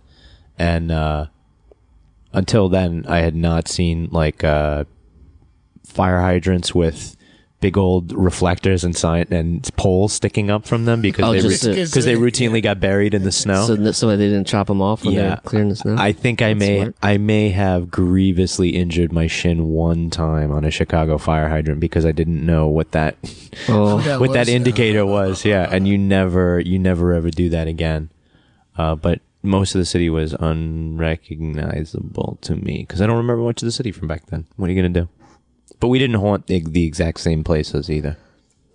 And uh until then I had not seen like uh fire hydrants with big old reflectors and sign and poles sticking up from them because
Oh,
they
just
because
to-
they routinely got buried in the snow.
So, that- so they didn't chop them off when they were clearing the snow.
Oh. I think I
That's
may
smart.
I may have grievously injured my shin one time on a Chicago fire hydrant because I didn't know what that
oh,
That
what that
was-
uh,
indicator was. Yeah, and you never you never ever do that again. Uh, but most of the city was unrecognizable to me because I don't remember much of the city from back then. What are you gonna do? But we didn't haunt the, the exact same places either.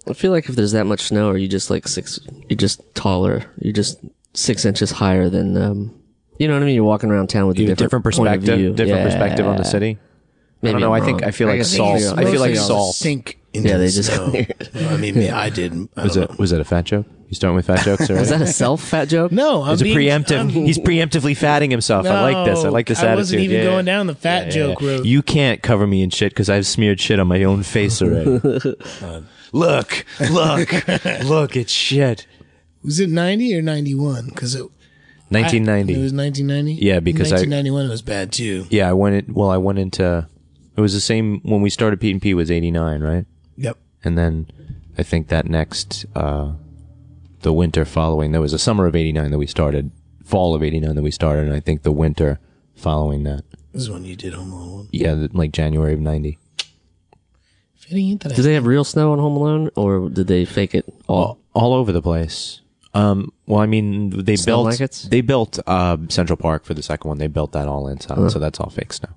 I feel like if there's that much snow, are you just like six? You're just taller. You're just six inches higher than. Um, you know what I mean? You're walking around town with a
You have
different,
different
point of
perspective,
view.
different
Yeah.
perspective on the city.
Maybe
I don't know.
I'm
I think
wrong.
I feel like
guess it's
salt.
all-
I feel like
Mostly all
salt.
sink into
Yeah, they
the
just-
snow. I mean, me, I didn't. I
Was
don't
it was that a fat joke? You starting with fat jokes?
Is that a self fat joke?
know. No, I'm
It's a
being-
preemptive.
I'm-
he's preemptively fatting himself. I like this. I like this
No, I
attitude.
wasn't even
Yeah,
going
yeah.
down the fat
Yeah,
joke
yeah.
road.
You can't cover me in shit because I've smeared shit on my own face already. look, look, look! It's shit.
was it 90 or 91? Because it, it
1990.
was 1990.
Yeah, because I-
1991 was bad too.
yeah, I went. In, well, I went into. It was the same when we started P and P was 89, right?
Yep.
And then I think that next, uh, the winter following, there was a summer of 89 that we started, fall of 89 that we started, and I think the winter following that.
This is when you did Home Alone.
Yeah, th- like January of 90.
Fitting into
Did
that.
they have real snow on Home Alone, or did they fake it all?
all over the place. Um, well, I mean, they
Snow
built
blankets?
they built uh, Central Park for the second one. They built that all inside, so that's all fake snow.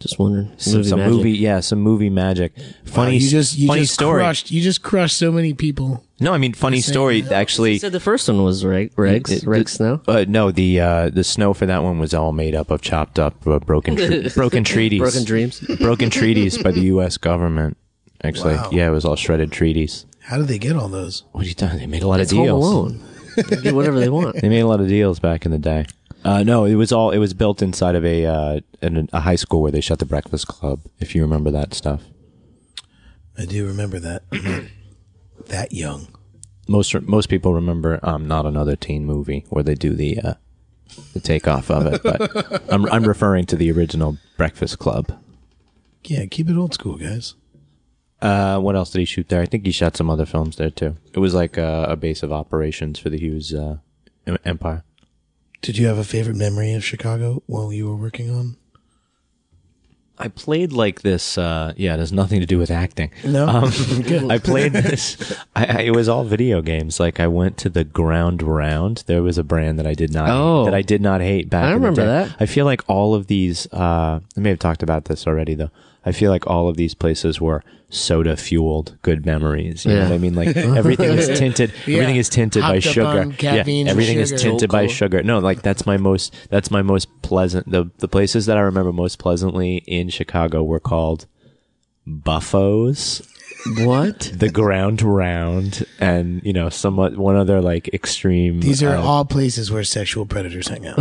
Just wondering.
So
Movie
some
magic.
movie, yeah, some movie magic. Funny,
you just you
funny
just
story.
crushed. You just crushed so many people.
No, I mean, funny story.
You
Actually,
said the first one was Reg, Reg's,
It- it-
Reg's snow.
uh, no, the uh, the snow for that one was all made up of chopped up uh, broken tre- broken treaties,
Broken dreams.
broken treaties by the U.S. government. Actually, yeah, it was all shredded treaties.
How did they get all those?
What are you doing? They made a lot
It's
of
Home
deals.
Alone. They Do whatever they want.
They made a lot of deals back in the day. Uh, no, it was all it was built inside of a uh, an, a high school where they shut the Breakfast Club. If you remember that stuff,
I do remember that. that young.
most most people remember um, not another teen movie where they do the uh, the takeoff of it. But I'm I'm referring to the original Breakfast Club.
Yeah, keep it old school, guys.
Uh, what else did he shoot there? I think he shot some other films there too. It was like uh, a base of operations for the Hughes uh, em- empire.
Did you have a favorite memory of Chicago while you were working on?
I played like this. Uh, yeah, it has nothing to do with acting. Um,
No?
I played this. I, I, it was all video games. Like I went to the Ground Round. There was a brand that I did not
Oh.
that I did not hate back.
I
in the
remember
day.
that.
I feel like all of these. Uh, I may have talked about this already though. I feel like all of these places were soda fueled good memories. You know
Yeah.
what I mean? Like everything is tinted. Everything is tinted by
Hopped up
sugar.
on caffeine and
everything is
sugar.
tinted by sugar. No, like that's my most. That's my most pleasant. The the places that I remember most pleasantly in Chicago were called Buffos
What?
the ground round and you know somewhat one other like extreme
These are
uh,
all places where sexual predators hang out.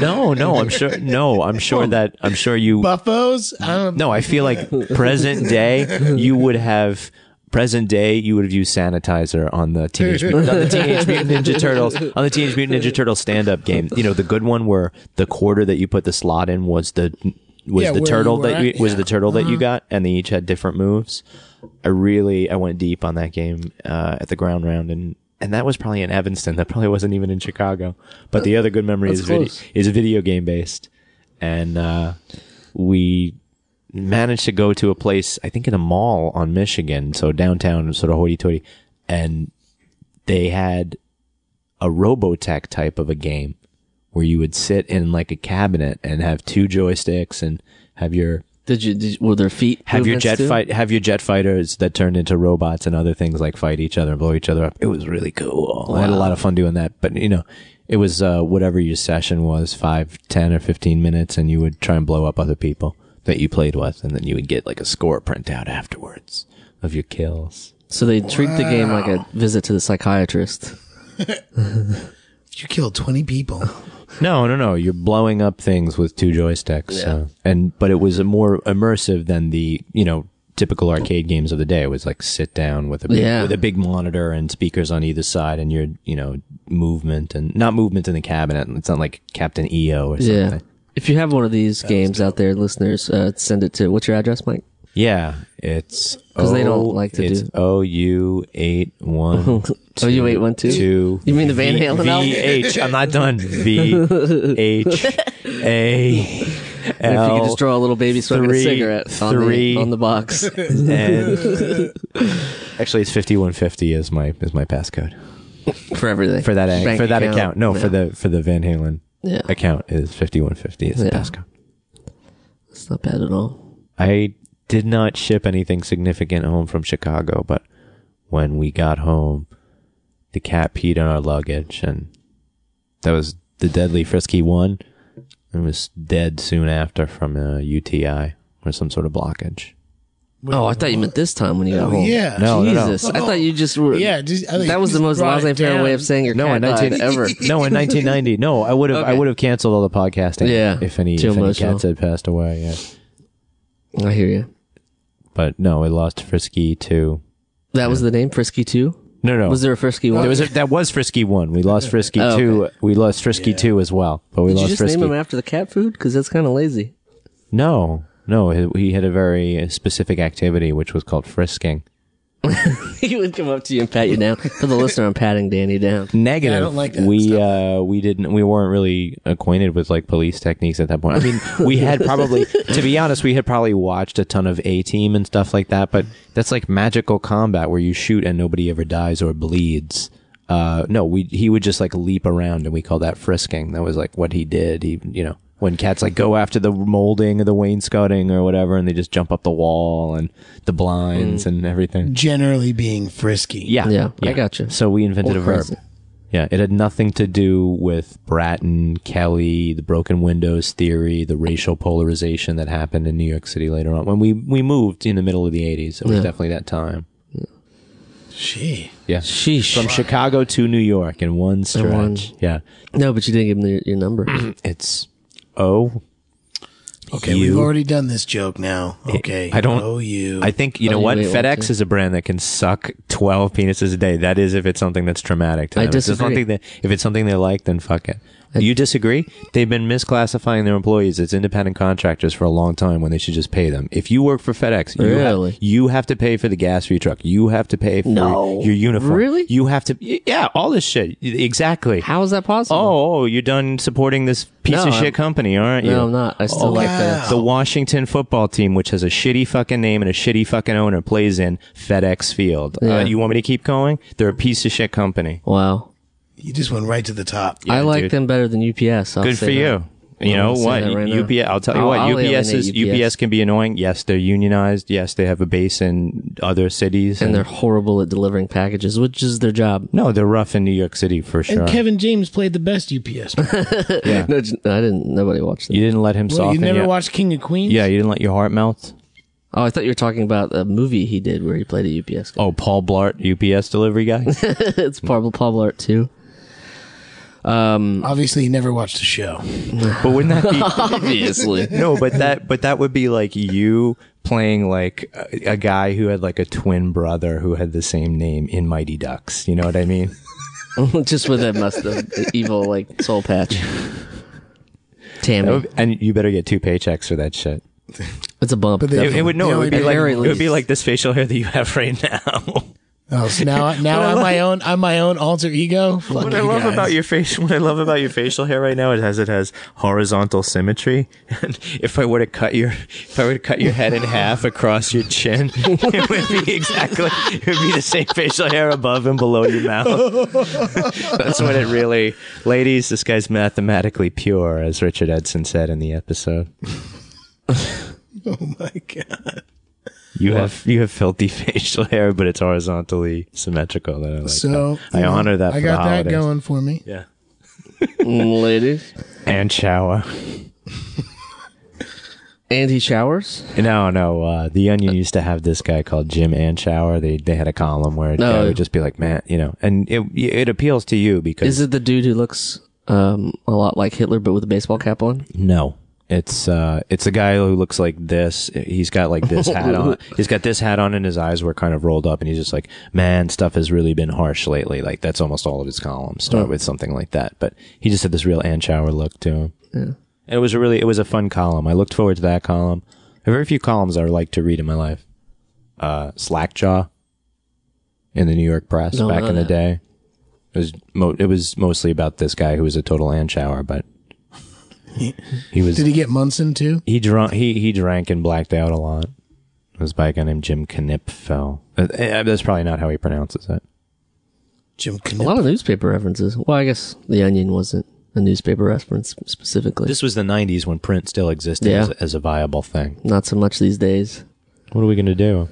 no no i'm sure no i'm sure that i'm sure you
Buffos? I
Um,
don't
no i feel like present day you would have present day you would have used sanitizer on the teenage mutant, on the teenage mutant ninja turtles on the teenage mutant ninja turtle stand up game you know the good one where the quarter that you put the slot in was the was
Yeah,
the
where
turtle
you
that
were
you
at,
was
yeah. Mm-hmm.
the turtle that you got and they each had different moves I really I went deep on that game uh, at the ground round and and that was probably in Evanston. That probably wasn't even in Chicago. But
Uh,
the other good memory is video,
close.
is video game based, and uh, we managed to go to a place I think in a mall on Michigan, so downtown, sort of hoity-toity, and they had a Robotech type of a game where you would sit in like a cabinet and have two joysticks and have your
Did you? Did, were there feet?
have your
movements
jet
too?
fight have your jet fighters that turned into robots and other things like fight each other and blow each other up. It was really cool. I had a lot of fun doing that. But you know, it was uh, whatever your session was, five, ten or fifteen minutes, and you would try and blow up other people that you played with, and then you would get like a score printout afterwards of your kills.
So they treat the game like a visit to the psychiatrist.
You killed 20 people.
No, no, no. You're blowing up things with two joysticks. so- and but it was a more immersive than the you know typical arcade games of the day. It was like sit down with a big,
Yeah.
with a big monitor and speakers on either side, and your you know movement and not movement in the cabinet. It's not like Captain EO or something.
Yeah. If you have one of these games out there, listeners, uh, send it to what's your address, Mike?
Yeah, it's
'Cause they don't like to do-
O U eight one.
Oh, you eight one two.
Two.
You mean the Van Halen
V-
album?
VH. I'm not done. V H A
And if you
L
could just draw a little baby smoking
three-
a cigarette on,
three-
the, on the box.
and actually it's 5150 is my is my passcode
for everything
for that
Bank
for that account, no
yeah.
for the for the van halen
yeah
account is 5150 is the
Yeah.
passcode
it's not bad at all
i did not ship anything significant home from chicago but when we got home the cat peed on our luggage and that was the deadly frisky one and was dead soon after from a uti or some sort of blockage
oh I thought you meant this time when you got home
yeah.
Oh, No, no, no.
Jesus I thought you just were
Yeah, just- I thought you
that was
just
the most
brought it
laissez faire
down.
way of saying your
No,
cat
in 19
died ever
No, in 1990. No, I would have. I
Okay.
would have canceled all the podcasting.
Yeah,
If any,
too
if any
emotional.
cats had passed away. Yeah.
I hear you
But no, we lost Frisky too.
that was the name Frisky Two
No, no.
was there a Frisky one
There was a, that was Frisky one. We lost Frisky
Oh,
two. We lost Frisky two as well. But we
did you
lost
just
Frisky.
name him after the cat food because that's kind of lazy
no, no. he- He had a very specific activity which was called frisking.
he would come up to you and pat you down for the listener I'm patting Danny down
Negative.
Yeah, I don't like that
we uh we didn't we weren't really acquainted with like police techniques at that point. I mean, we had probably to be honest, we had probably watched a ton of A Team and stuff like that, but that's like magical combat where you shoot and nobody ever dies or bleeds. Uh no, we he would just like leap around and we call that frisking. That was like what he did. He you know, when cats like go after the molding or the wainscoting or whatever and they just jump up the wall and the
Mm.
blinds and everything.
Generally being frisky.
Yeah.
Yeah, I gotcha.
So we invented
Or
a verb.
crazy.
Yeah, it had nothing to do with Bratton, Kelly, the broken windows theory, the racial polarization that happened in New York City later on. When we, we moved in the middle of the 80s, it was
Yeah.
definitely that time.
She.
Yeah.
sheesh
From Chicago to New York in one stretch.
one-
Yeah.
no but you didn't give him the, your number
It's O.
Okay,
You.
we've already done this joke now. Okay.
I don't-
Oh, you.
I think, you know
Oh,
what?
wait, what,
FedEx
too?
is a brand that can suck 12 penises a day. That is if it's something that's traumatic to
I
them. If it's
disagree.
something that- if it's something they like, then fuck it. you disagree? They've been misclassifying their employees as independent contractors for a long time when they should just pay them. If you work for FedEx, you,
Really?
have, you have to pay for the gas for your truck. You have to pay for
No.
your uniform.
Really?
You have to, y- yeah, all this shit. Y- Exactly.
how is that possible
Oh, oh, you're done supporting this piece
No,
of shit
I'm-
company, aren't you?
no I'm not I
Oh,
still like uh, that
Oh, The Washington football team, which has a shitty fucking name and a shitty fucking owner, plays in FedEx Field.
Yeah.
Uh, you want me to keep going? They're a piece of shit company.
wow
you just went right to the top.
I like
dude.
them better than UPS. I'll
Good
say
for
that.
you. You
I'm
know
gonna say
what?
that right now.
UPS. I'll tell you
I'll-
what.
I'll
UPS is
alienate
UPS. can be annoying. Yes, they're unionized. Yes, they have a base in other cities.
And they're horrible at delivering packages, which is their job.
no, they're rough in New York City for
And
sure.
Kevin James played the best UPS.
yeah.
No, j- I didn't. Nobody watched that.
you didn't let him
well, you
soften.
never
your-
watched King of Queens?
yeah, you didn't let your heart melt.
Oh, I thought you were talking about a movie he did where he played a UPS guy.
Oh, Paul Blart, UPS delivery guy.
it's Pablo Pablart too.
Obviously, you never watched the show.
but wouldn't that be?
Obviously,
no, but that but that would be like you playing like a, a guy who had like a twin brother who had the same name in Mighty Ducks. You know what I mean?
just with a mustache, evil like soul patch. Tammy,
and you better get two paychecks for that shit.
it's a bump.
But they-
It, it would no,
Yeah,
it would
at
be
the
like
very
it would be
least.
like this facial hair that you have right now.
Oh, so now now I'm my own I'm my own alter ego. Fuck
What I
you
love
guys.
about your facial, what I love about your facial hair right now is as it has horizontal symmetry. And if I were to cut your, if I were to cut your head in half across your chin, it would be exactly, it would be the same facial hair above and below your mouth. That's what it really, ladies. This guy's mathematically pure, as Richard Edson said in the episode.
Oh my god.
You have you have filthy facial hair, but it's horizontally symmetrical. And I like
So
that. I
you know,
honor that.
I
for
got
the
that
holidays.
going for me.
Yeah,
Mm, ladies.
and shower.
And he showers.
No, no. Uh, the Onion used to have this guy called Jim Anshower. They they had a column where no.
No.
would just be like, man, you know, and it it appeals to you because
Is it the dude who looks um, a lot like Hitler but with a baseball cap on?
no, it's uh, it's a guy who looks like this. He's got like this hat on. He's got this hat on, and his eyes were kind of rolled up, and he's just like, man, stuff has really been harsh lately. Like that's almost all of his columns start with something like that. But he just had this real Anshower look to him. And it was a really it was a fun column. I looked forward to that column. There are very few columns I like to read in my life. Uh, Slackjaw in the New York Press
Don't
back
know
in the
that.
day. It was mo- it was mostly about this guy who was a total land shower, but he was
Did he get Munson too?
he drunk he he drank and blacked out a lot. It was by a guy named Jim Knipfel. Uh, eh, that's probably not how he pronounces it.
Jim
A
Knip.
lot of newspaper references. Well, I guess The Onion wasn't a newspaper reference specifically.
This was the '90s when print still existed
Yeah.
as, as a viable thing.
Not so much these days.
What are we going to do?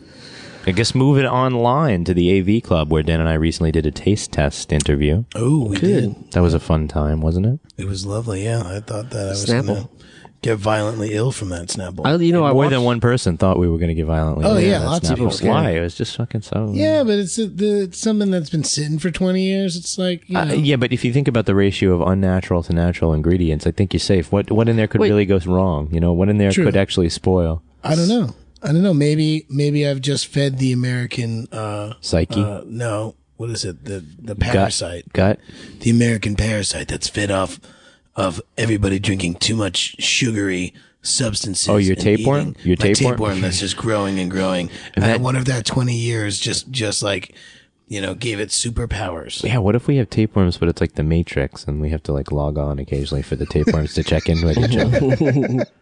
I guess move it online to the AV Club where Dan and I recently did a taste test interview.
Oh, we did.
That was a fun time, wasn't it?
It was lovely. Yeah, I thought that I was
Snapple.
gonna get violently ill from that Snapple.
I, you know, Oh, I
More
watched,
than one person thought we were going to get violently.
Oh,
ill.
yeah,
That's
lots
not
of people
fair.
were
Why? It was just fucking so.
Yeah, but it's, uh, the, it's something that's been sitting for 20 years. It's like, you know,
Uh, yeah, but if you think about the ratio of unnatural to natural ingredients, I think you're safe. What what in there could
Wait.
really go wrong? You know, what in there
True.
could actually spoil
I don't know. I don't know. Maybe maybe I've just fed the American. Uh,
psyche,
uh, no, what is it? The the parasite,
gut?
the American parasite that's fed off of everybody drinking too much sugary substances.
Oh, your
and
tapeworm?
eating.
Your
My
tapeworm?
that's just growing and growing. And I
that-
wonder if that twenty years just just like you know gave it superpowers.
Yeah, what if we have tapeworms, but it's like the Matrix, and we have to like log on occasionally for the tapeworms to check in with each other.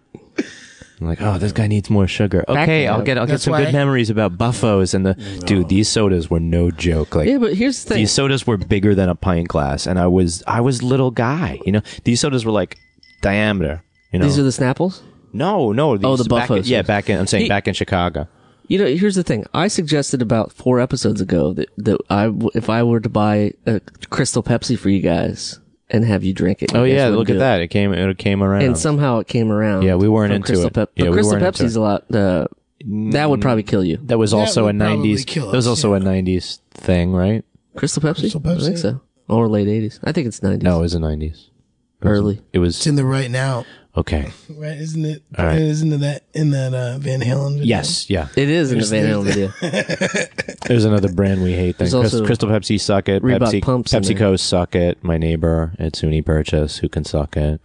I'm like, oh, this guy needs more sugar. Okay, I'll get I'll get
That's
some
why-
good memories about buffos and the dude. These sodas were no joke. Like
Yeah, but here's the thing.
these sodas were bigger than a pint glass, and I was I was little guy. You know, these sodas were like diameter. You know,
These are the Snapples.
no, no. These,
Oh, the
back in-
buffos.
yeah, back in I'm saying
He-
back in Chicago.
You know, here's the thing. I suggested about four episodes ago that, that I, w- if I were to buy a Crystal Pepsi for you guys and have you drink it. you
Oh
guys
yeah,
wouldn't
look
do
at
it.
that. It came it came around.
And somehow it came around.
Yeah, we weren't
from
into
Crystal
it.
Pep-
Yeah,
but
we
Crystal
weren't into
Pepsi's
it. Mm.
a lot. Uh, that would probably kill you.
that was
That
also
would
a
probably
90s.
kill
that was
us,
also a 90s thing, right?
Crystal Pepsi.
Crystal
I think
Pepsi.
so. Or late '80s. I think it's '90s.
No, it was the 90s.
early.
It
It's
was
in the right now,
okay.
right? Isn't it?
All right.
not it that in that uh, Van Halen video?
Yes, yeah.
It is in the Van Halen video.
There's another brand we hate. Thing.
There's also
Crystal, Crystal Pepsi suck it.
Reebok
Pepsi,
pumps in
PepsiCo suck it. My neighbor at SUNY Purchase who can suck it.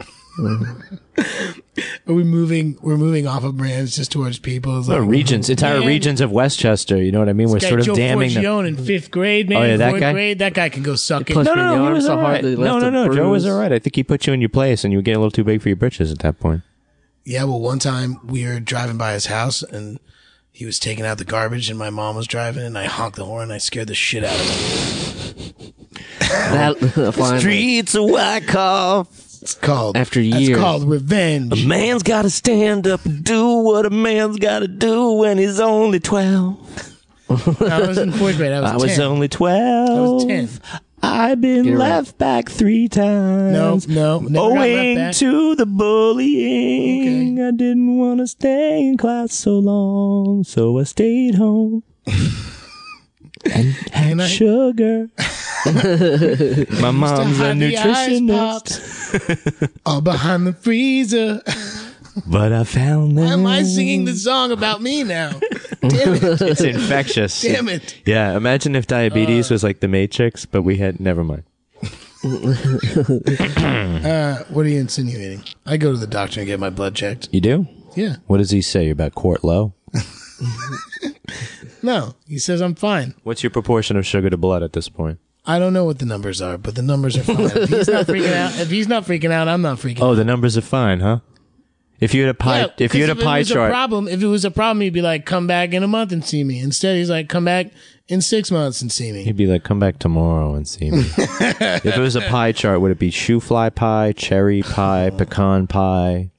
Are we moving? We're moving off of brands just towards people. It's
Oh,
like,
regions, entire
Man.
regions of Westchester. You know what I mean? We're
guy
sort of
Joe
damning them.
Forgione in fifth grade, man.
Oh, yeah, that
fourth
guy?
grade, that guy can go suck it.
Plus-
No,
Pushing
no,
the
no, he
arm
was
so
all
hard
right.
that he
No,
left
no,
a
no. Joe was
bruise.
all right. I think he put you in your place, and you were getting a little too big for your britches at that point.
Yeah, well, one time we were driving by his house and he was taking out the garbage, and my mom was driving, and I honked the horn. and I scared the shit out of him.
that finally.
Streets of Wyckoff.
It's called
After
It's
years.
called revenge.
Man's got to stand up and do what a man's got to do when he's only twelve.
I was in fourth grade. I was,
I was
10.
only twelve.
I was ten.
I've been
You're right.
left back three
No,
times.
no, never got left
Owing
back.
to the bullying, I didn't want to stay in class so long, so I stayed home and had
And I-
sugar. My mom's a
hide the ice
nutritionist,
all behind the freezer.
but I found
Why
that
am I singing this song about me now? Damn it!
it's infectious.
Damn it!
Yeah, imagine if diabetes
Uh.
was like the Matrix, but we had never mind.
Uh, What are you insinuating?
I go to the doctor and get my blood checked.
You do?
Yeah.
What does he say about Court Low?
No, he says I'm fine.
What's your proportion of sugar to blood at this point?
I don't know what the numbers are, but the numbers are fine. if he's not freaking out, if he's not freaking out, I'm not freaking. out.
Oh, the numbers are fine, huh? If you had a pie,
Yeah,
if you had
'cause
a pie
it was
chart,
problem, if it was a problem, he'd be like, "Come back in a month and see me." Instead, he's like, "Come back in six months and see me."
he'd be like, "Come back tomorrow and see me." if it was a pie chart, would it be shoe fly pie, cherry pie, pecan pie?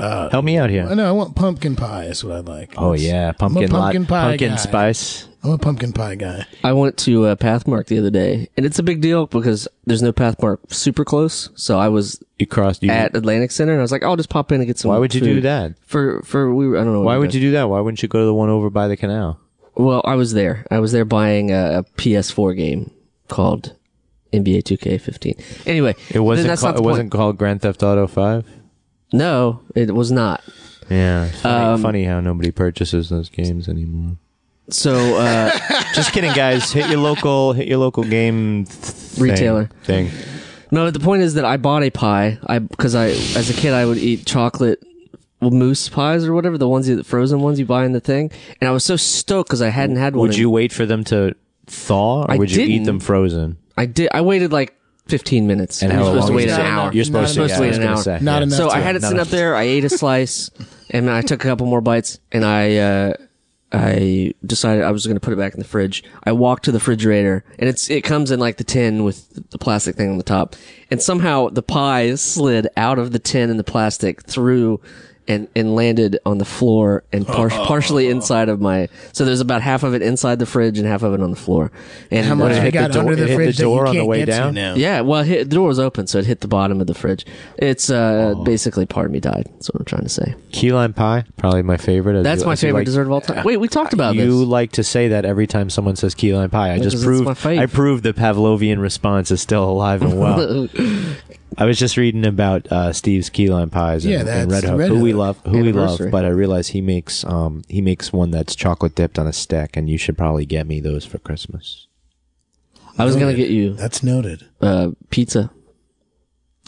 Uh,
Help me out
I
here.
know. I want pumpkin pie. Is what I like.
Oh yeah, pumpkin,
pumpkin
lot,
pie
pumpkin
guy.
spice.
I'm a pumpkin pie guy.
I went to uh, Pathmark the other day, and it's a big deal because there's no Pathmark super close. So I was
You crossed. You,
at Atlantic Center, and I was like, I'll just pop in and get some.
why would you do
food.
that?
For for we were, I don't know.
Why would you do that? Why wouldn't you go to the one over by the canal?
Well, I was there. I was there buying a, a PS4 game called NBA 2K15. Anyway,
It wasn't.
That's
ca-
not
it
the
wasn't called Grand Theft Auto Five.
Point. No, it was not.
Yeah. Funny,
Um,
funny how nobody purchases those games anymore.
So uh,
Just kidding, guys. hit your local, hit your local game th- thing-
Retailer.
thing.
no, the point is that I bought a pie. I because I as a kid I would eat chocolate mousse pies or whatever the ones you, the frozen ones you buy in the thing, and I was so stoked because I hadn't had one.
Would
in-
you wait for them to thaw, or
I
would you eat
didn't.
them frozen?
I did. I waited like 15 minutes.
And
You're
how
supposed
long
to
is
wait
it?
an hour.
You're supposed,
Not enough.
to, yeah, I
Supposed
was
to wait
gonna
an
say,
hour.
yeah.
Not
So
enough
I had it
Not
sitting
enough.
up there. I ate a slice, and I took a couple more bites, and I uh, I decided I was going to put it back in the fridge. I walked to the refrigerator, and it's it comes in like the tin with the plastic thing on the top, and somehow the pie slid out of the tin and the plastic through. And, and landed on the floor and par- partially inside of my so there's about half of it inside the fridge and half of it on the floor and
How
uh,
much
hit
we
the
got
door-
under
it
the
hit the
fridge
door
that
on
you
the
can't
way
get to
down?
now?
yeah, well, hit, the door was open, so it hit the bottom of the fridge. It's uh, basically part of me died. That's what I'm trying to say.
Key lime pie, probably my favorite. I
That's
do- I
my
do
favorite
like-
dessert of all time. Wait, we talked about
You
this.
like to say that every time someone says key lime pie. I just
Because it's
proved
my fave.
I proved the Pavlovian response is still alive and well. I was just reading about uh, Steve's key lime pies and,
Yeah,
and
that's
Red Hook,
Red
who we
Hook.
love, who we love.
Anniversary.
But I realized he makes um, he makes one that's chocolate dipped on a stick, and you should probably get me those for Christmas.
I was gonna get you
That's noted.
uh, pizza.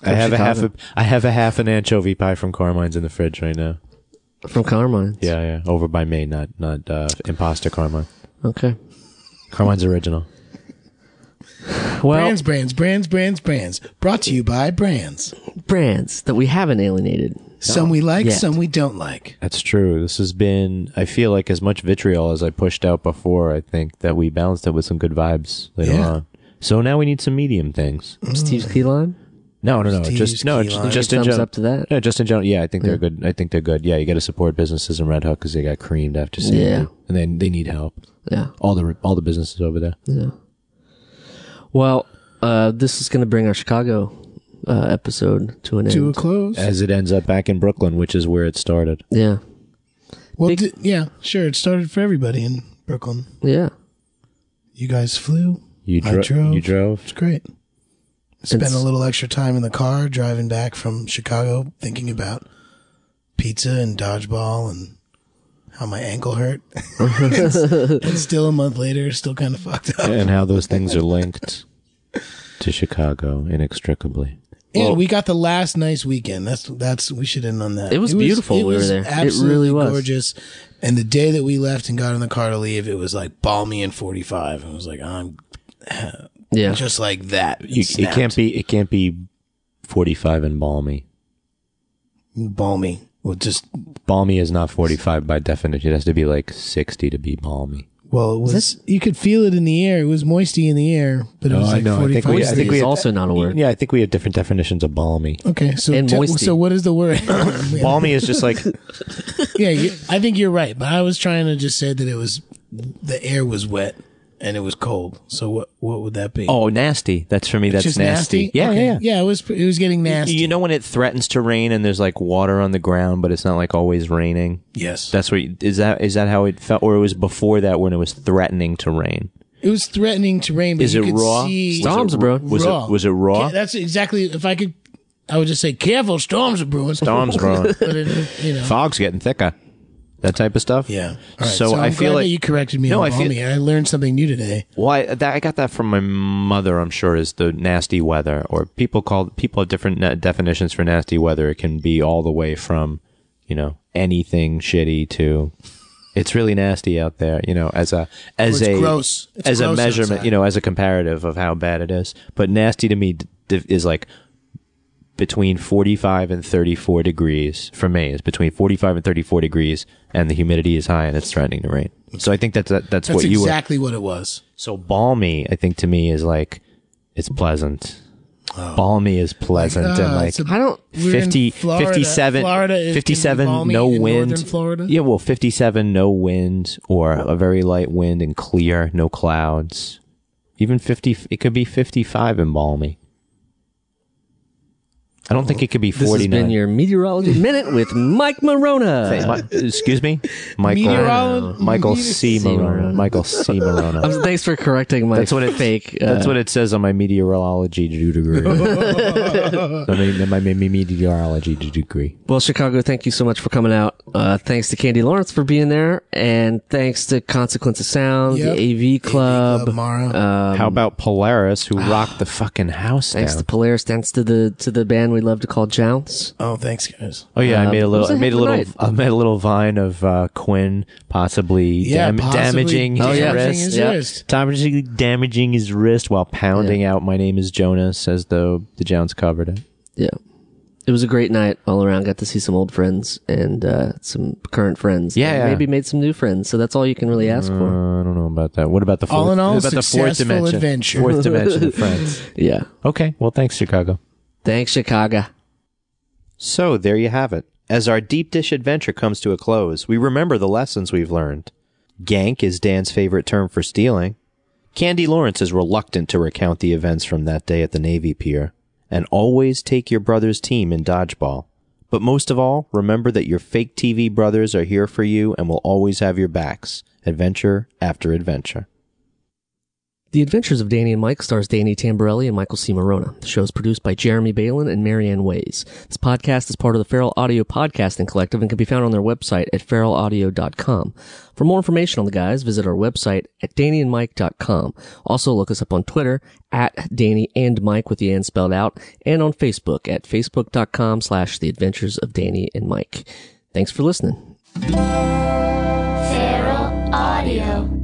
I have a
Chicago.
half a I have a half an anchovy pie from Carmine's in the fridge right now.
From Carmine.
Yeah, yeah, over by May, not not uh, Imposter Carmine.
Okay.
Carmine's original.
Well,
Brands,
brands,
brands, brands, brands, brands. Brought to you by brands.
that we haven't alienated.
Some we like,
yet.
some we don't like.
That's true. This has been, I feel like, as much vitriol as I pushed out before, I think that we balanced it with some good vibes later
Yeah.
on. So now we need some medium things.
Steve's key line.
No, no, no.
Steve's
just no,
key
just,
lime.
Mm. just in
Thumbs
general.
up to that.
No, just in general. Yeah, I think they're good. I think they're good. Yeah, you got to support businesses in Red Hook because they got creamed after seeing
Yeah.
you. and then they need help.
Yeah.
All the all the businesses over there.
Well, uh, this is gonna bring our Chicago uh, episode to an
To a
end.
close.
As it ends up back in Brooklyn, which is where it started.
yeah.
Well,
Big-
di- yeah, sure. It started for everybody in Brooklyn.
Yeah.
You guys flew.
You
I
dro-
drove.
You drove.
It's great. Spent
It's-
a little extra time in the car driving back from Chicago, thinking about pizza and dodgeball and how my ankle hurt. and, and still a month later, still kind of fucked up.
and how those things are linked to Chicago inextricably.
And we got the last nice weekend. That's that's we should end on that.
It was beautiful
It
we were
was
there. It
absolutely
really was.
gorgeous. And the day that we left and got in the car to leave, it was like balmy and forty five. And it was like I'm
Yeah.
just like that.
You, it can't be. It can't be forty-five and balmy.
balmy. Well, just
Balmy is not forty-five by definition. It has to be like sixty to be balmy.
well, it was. You could feel it in the air. It was moisty in the air, but it
No,
was
I
like
know. I
forty
think
five.
we- I think we
is
had-
also not a word.
Yeah, I think we have different definitions of balmy.
Okay, so
And
te-
moisty.
so what is the word?
Balmy is just like
yeah, you, I think you're right, but I was trying to just say that it was the air was wet and it was cold. So what what would that be?
oh nasty. That's for me. That's
Just
nasty. Yeah,
Okay.
yeah, yeah.
It was it was getting nasty.
You know when it threatens to rain and there's like water on the ground, but it's not like always raining.
yes,
That's what you- is that is that how it felt, or it was before that when it was threatening to rain.
it was threatening to rain. But
Is
you
it
could
raw?
See
Was it-
Storms are brewing.
Was
raw.
it was it raw?
Yeah, that's exactly. If I could, I would just say, "Careful, storms are brewing."
Storms brewing.
but it, you know.
fog's getting thicker. That type of stuff.
Yeah. All right,
So
I'm
I
glad
feel
that
like-
you corrected me.
No,
on
I feel-
balmy. I learned something new today.
Well, I, that, I got that from my mother. I'm sure is the nasty weather, or people call people have different na- definitions for nasty weather. It can be all the way from, you know, anything shitty to It's really nasty out there, you know, as a as
Well, it's
a
gross. It's
as a
gross
measurement,
outside.
you know, as a comparative of how bad it is. But nasty to me d- d- is like between 45 and 34 degrees for me. It's between 45 and 34 degrees and the humidity is high and it's threatening to rain. So I think that's that, that's,
That's
what you were
exactly what it was.
so balmy, I think to me is like it's pleasant.
Oh.
Balmy is pleasant and
Ah,
like
it's a-
I don't.
we're in
50,
Florida.
57,
Florida is- can be
57
balmy
no
in
wind.
northern Florida.
Yeah, well, 57, no wind or a very light wind and clear, no clouds. Even 50, it could be 55 and balmy. I don't think it could be
This has
49.
been your meteorology minute with Mike Marona.
Mi- excuse me? Michael,
Meteorolog-
Michael C.
Meteor-
Marona. Michael C. Marona.
Um, Thanks for correcting my
That's what it-
fake. uh,
That's what it says on my meteorology degree. I mean, my me- me- meteorology degree.
Well, Chicago, thank you so much for coming out. Uh, thanks to Candy Lawrence for being there, and thanks to Consequence of Sound,
Yep.
the AV Club.
Club uh, Mara.
How about Polaris, who rocked the fucking house
Thanks
down?
to Polaris, thanks to the to the band we love to call Jounce.
oh, thanks, guys.
Oh yeah, I made a
was
little.
a
I
heck
made a
of a
little.
night.
I made a little vine of uh, Quinn possibly,
Yeah,
dam-
possibly
damaging his
damaging
wrist.
his
Yeah.
wrist.
Damaging, damaging his wrist while pounding out. My name is Jonas, as though the Jones covered it.
Yeah, it was a great night all around. Got to see some old friends and uh, some current friends.
Yeah,
And
yeah. Mm.
maybe made some new friends. So that's all you can really ask for.
Uh, I don't know about that. What about the fourth?
All in all,
what about the fourth
successful
dimension.
adventure.
Fourth dimension of friends.
Yeah.
Okay. Well, thanks, Chicago.
Thanks, Chicago.
So there you have it. As our deep dish adventure comes to a close, we remember the lessons we've learned. Gank is Dan's favorite term for stealing. Candy Lawrence is reluctant to recount the events from that day at the Navy Pier. And always take your brother's team in dodgeball. But most of all, remember that your fake TV brothers are here for you and will always have your backs, adventure after adventure.
The Adventures of Danny and Mike stars Danny Tamborelli and Michael C. Marona. The show is produced by Jeremy Balin and Marianne Ways. This podcast is part of the Feral Audio Podcasting Collective and can be found on their website at feralaudio.com. For more information on the guys, visit our website at dannyandmike.com. Also look us up on Twitter at Danny and Mike with the and spelled out and on Facebook at facebook.com slash the adventures of Danny and Mike. Thanks for listening.
Feral Audio.